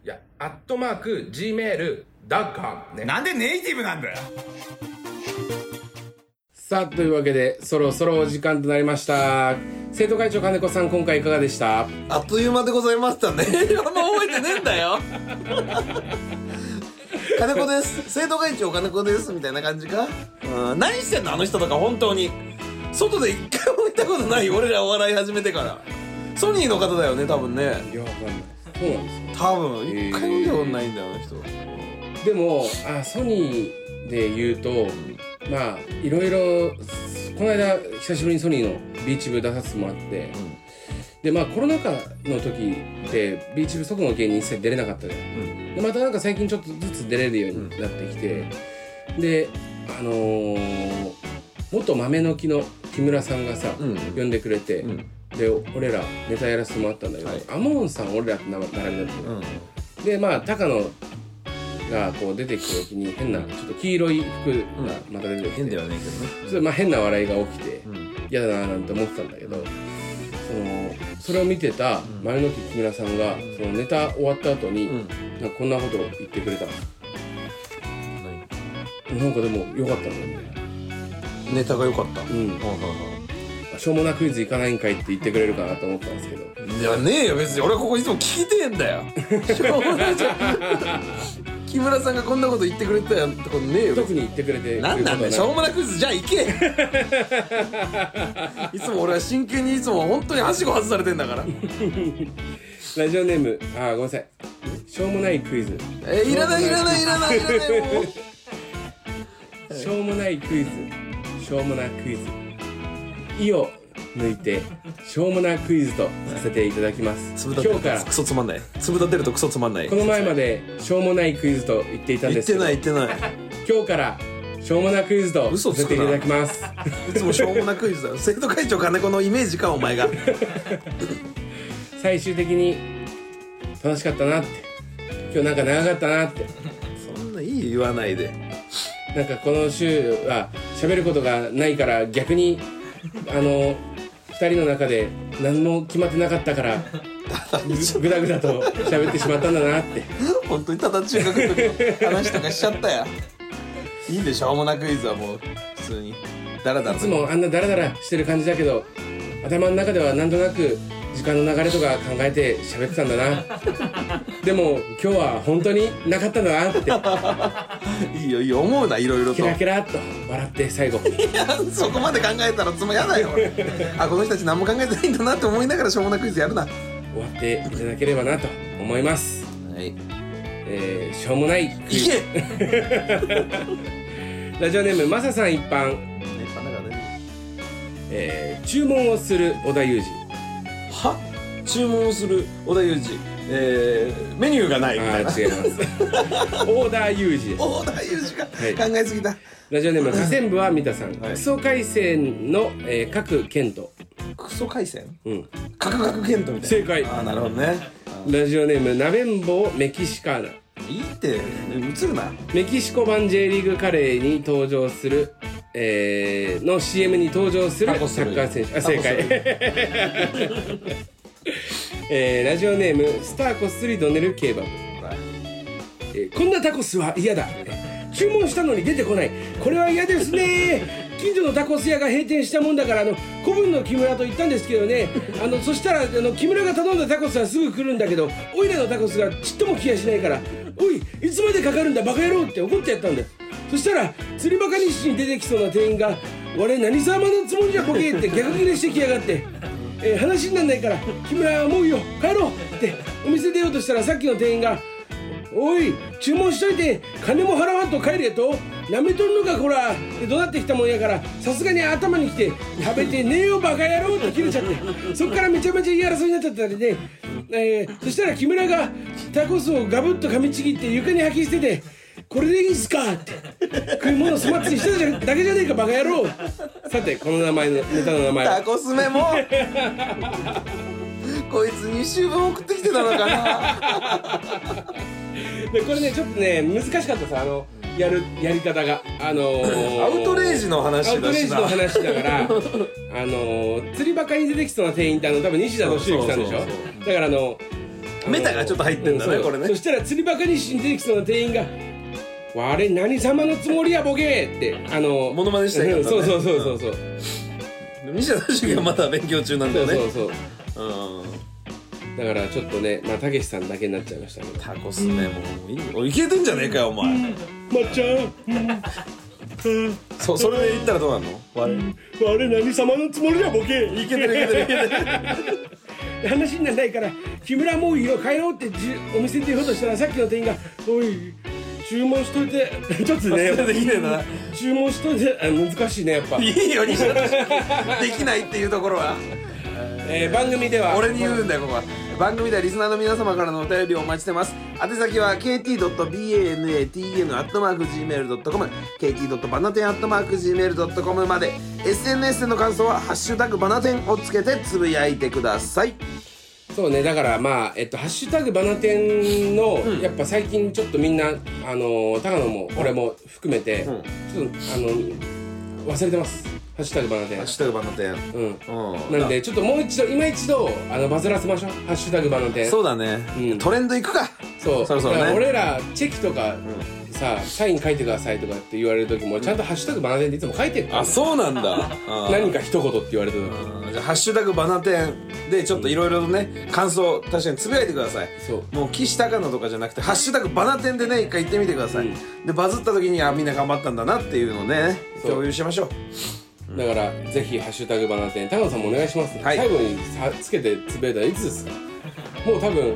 いやアットマーク Gmail ダッカーねなんでネイティブなんだよさあというわけでそろそろお時間となりました生徒会長金子さん今回いかがでしたあっという間でございましたねあんま覚えてねえんだよ金子です生徒会長金子ですみたいな感じかうん何してんのあの人とか本当に外で一回も行ったことない俺らお笑い始めてからソニーの方だよね多分ねいやわかんないそうなんです多分一回も見たことないんだよあの人よでもあソニーで言うとまあいろいろこの間久しぶりにソニーのビーチ部出させてもらって、んでまあコロナ禍の時ってビーチ部外の芸人一切出れなかったじゃんでまたなんか最近ちょっとずつ出れるようになってきて、であのー元豆の木の木村さんがさ、うん呼んでくれて、うんで俺らネタやらせてもらったんだけど、はいアモーンさん俺らって並びだったの、うんでまあ高野がこう出てくる時に変なちょっと黄色い服がまた出てきて、変ではねえそれまあ変な笑いが起きてけどね、嫌だななんて思ってたんだけどそのそれを見てた丸の木木村さんがそのネタ終わった後に、うんうんなんかこんなことを言ってくれたのなんかでも良かったんだよね何ネタが良かった、ううんしょうもなクイズ行かないんかいって言ってくれるかなと思ったんですけどいやねえよ別に俺はここいつも聞いてんだ (laughs) よしょうもないじゃん木村さんがこんなこと言ってくれたやんってことねえよ特に言ってくれてなんなんだよしょうもないクイズじゃあ行けいつも俺は真剣にいつも本当にはしご外されてんだからラジオネームあーごめんなさいしょうもないクイズえいらないいらないいらないいらないもうしょうもないクイズしょうもなクイズ意を抜いてしょうもなクイズとさせていただきますつぶだ今て日るからとクソつまんないつぶだてるとクソつまんないこの前までしょうもないクイズと言っていたん言でっすてけどない言ってない今日からしょうもなクイズと嘘つさせくていなただきますいつもしょうもなクイズだよ生徒会長金子のイメージかお前が最終的に楽しかったなって今日なんか長かったなってそんないい言わないでなんかこの週は喋ることがないから逆にあの2人の中で何も決まってなかったからぐぐだぐだと喋ってしまったんだなって (laughs) 本当にただ中学の時の話とかしちゃったやいいんでしょうもなクイズはもう普通にダラダラいつもあんなダラダラしてる感じだけど頭の中ではなんとなく時間の流れとか考えて喋ってたんだなでも今日は本当になかったんだなっていいよいいよ思うないろいろとキラキラっと笑って最後いや (laughs) そこまで考えたらつまやだよ俺あこの人たち何も考えてないんだなって思いながらしょうもなクイズやるなは終わっていただければなと思います、いえー、しょうもないクイいズけラジオネームマサさん一般、えー注文をする織田裕は注文をする小田裕二えー、メニューがない二みたあいなー違いますオーダー裕二です小田裕二がい考えすぎた、ラジオネーム河川部は三田さん、はいクソ回線の、えー、各県と、クソ回線うん、カクカクケントみたいな正解ああなるほどねラジオネームなべんぼうメキシカーナいいって映るなメキシコ版 J リーグカレーに登場する、えーの CM に登場するタコスサッカー選手あタコス正解 (laughs) えーラジオネームスターコスリドネルケーバブ、えーこんなタコスは嫌だ注文したのに出てこないこれは嫌ですね近所のタコス屋が閉店したもんだからあの古文の木村と言ったんですけどねあのそしたらあの木村が頼んだタコスはすぐ来るんだけどおいらのタコスがちっとも気がしないから「おいいつまでかかるんだバカ野郎」って怒ってやったんだよそしたら釣りバカ日誌に出てきそうな店員が「俺何様のつもりじゃボケ」って逆ギレしてきやがって。えー話にならないから木村はもういいよ帰ろうってお店出ようとしたらさっきの店員がおい注文しといて金も払わんと帰れとなめとんのかこらって怒鳴ってきたもんやからさすがに頭にきて食べてねえよバカ野郎って切れちゃってそっからめちゃめちゃ言い争いになっちゃったりね、えーそしたら木村がタコスをガブッと噛みちぎって床に吐き捨ててこれでいいっすかって食い物スマッチにしてたじゃだけじゃねえかバカ野郎さてこの名前のネタの名前はタコスメもこいつ2週分送ってきてたのかなでこれねちょっとね難しかったさあのやるやり方があのー、アウトレイジの話だアしなウトレイジの話だから (laughs) あのー、釣りバカに出てきそうな店員ってあの多分西田敏行さんでしょそうそうだからあのメタがちょっと入ってんだねうそうこれねそしたら釣りバカに出てきそうな店員が「わあれ何様のつもりやボケ!」ってあのモノマネしたいからねうんそうそうそうそうそう、西田敏行がまだ勉強中なんだそようねそうそううんだからちょっとねまあたけしさんだけになっちゃいましたけどタコスメもいいおいいけてんじゃねえかよお前まっちゃん (laughs) そそれで言ったらどうなの悪いあれ何様のつもりやボケいけてるいけてるいけてる (laughs) 話にならないから木村もういいよ帰ろうってじゅお店で言おうとしたらさっきの店員が「おい注文しといて (laughs) ちょっとねそれできねえな (laughs) 注文しといてあ難しいねやっぱいいよ西田敏行できないっていうところはえー番組では俺に言うんだよここは番組ではリスナーの皆様からのお便りをお待ちしてます宛先は kt.banatn.gmail.com kt.banatn.gmail.com まで SNS での感想は「ハッシュタグバナテン」をつけてつぶやいてくださいそうねだからまあえっと「ハッシュタグバナテンの」やっぱ最近ちょっとみんなあの高野も俺も含めて、んちょっとあの忘れてます「ハッシュタグバナ「テンハッ」シュタグバナテン」うん」うんなんでちょっともう一度今一度あのバズらせましょう「ハッシュタグバナテン」そうだね、うんトレンドいくかそうそろそろねだから俺らチェキとかさサイン書いてくださいとかって言われる時もちゃんと「ハッシュタグバナテン」っていつも書いてるからあそう (laughs) なんだ何か一言って言われた時うんじゃあハッシュタグバナテン」でちょっといろいろとね感想確かにつぶやいてくださいそうもう岸高野とかじゃなくて「ハッシュタグバナテン」でね一回言ってみてください、うでバズった時にあみんな頑張ったんだなっていうのをねそう共有しましょうだからぜひハッシュタグバナテン高野さんもお願いします、はい最後にさつけてつぶやいたらいつですかもう多分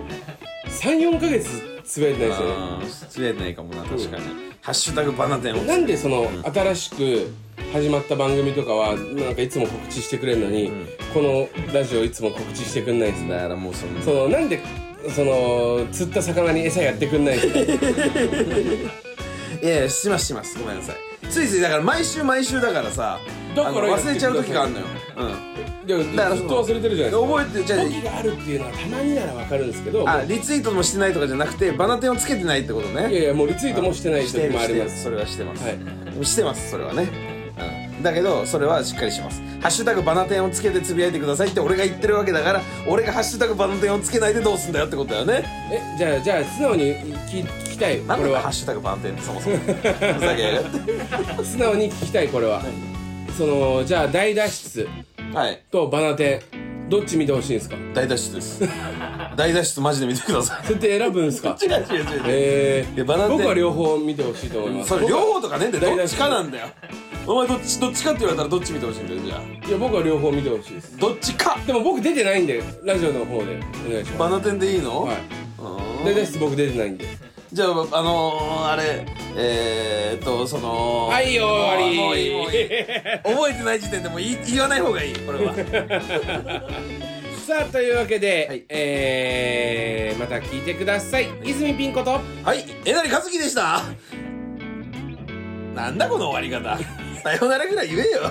34ヶ月つぶやいてないですよねあーつぶやいてないかもな確かに「ハッシュタグバナテン」をなんでその新しく始まった番組とかはなんかいつも告知してくれるのに、このラジオいつも告知してくんないんですねだからもうそのそのなんでその釣った魚に餌やってく (laughs) んないんですかいやいやしますしますごめんなさいついついだから毎週毎週だからさだからあのやって忘れちゃう時があるのよでもずうんだからっと忘れてるじゃないですか覚えてるじゃあ時があるっていうのはたまにならわかるんですけどあリツイートもしてないとかじゃなくてバナテンをつけてないってことねいやいやもうリツイートもしてないして時るもあしてりまるすそれはしてます、はいしてますそれはね、うん、だけどそれはしっかりします「ハッシュタグバナテン」をつけてつぶやいてくださいって俺が言ってるわけだから俺が「ハッシュタグバナテン」をつけないでどうすんだよってことだよ (laughs) ねえじゃあじゃあ素直に聞き聞きたいなこんれだかハッはシュタグバナテン」ってそもそもふざけやがって素直に聞きたいこれはそのじゃあ大脱出はいとバナテンどっち見てほしいんですか大脱出です (laughs) 大脱出マジで見てくださいそれって選ぶんですか違う違う違う違うえいやー、バナテン僕は両方見てほしいと思いますそれ僕は両方とかねえんだよ大どっ脱出ちかなんだよお前どっちどっちかって言われたらどっち見てほしいんだよじゃあいや僕は両方見てほしいですどっちかでも僕出てないんでラジオの方でお願いしまバナテンでいいの、すはうーんい大脱出僕出てないんでじゃあ、あのー、あれ、えー、っと、その、はいよー終わりもういい、もういい。覚えてない時点でもう言い言わない方がいい、これは。 (laughs) さあというわけで、はいえー、また聞いてください泉ピン子とはい、えなりかずきでした。なんだこの終わり方。さようならぐらい言えよ。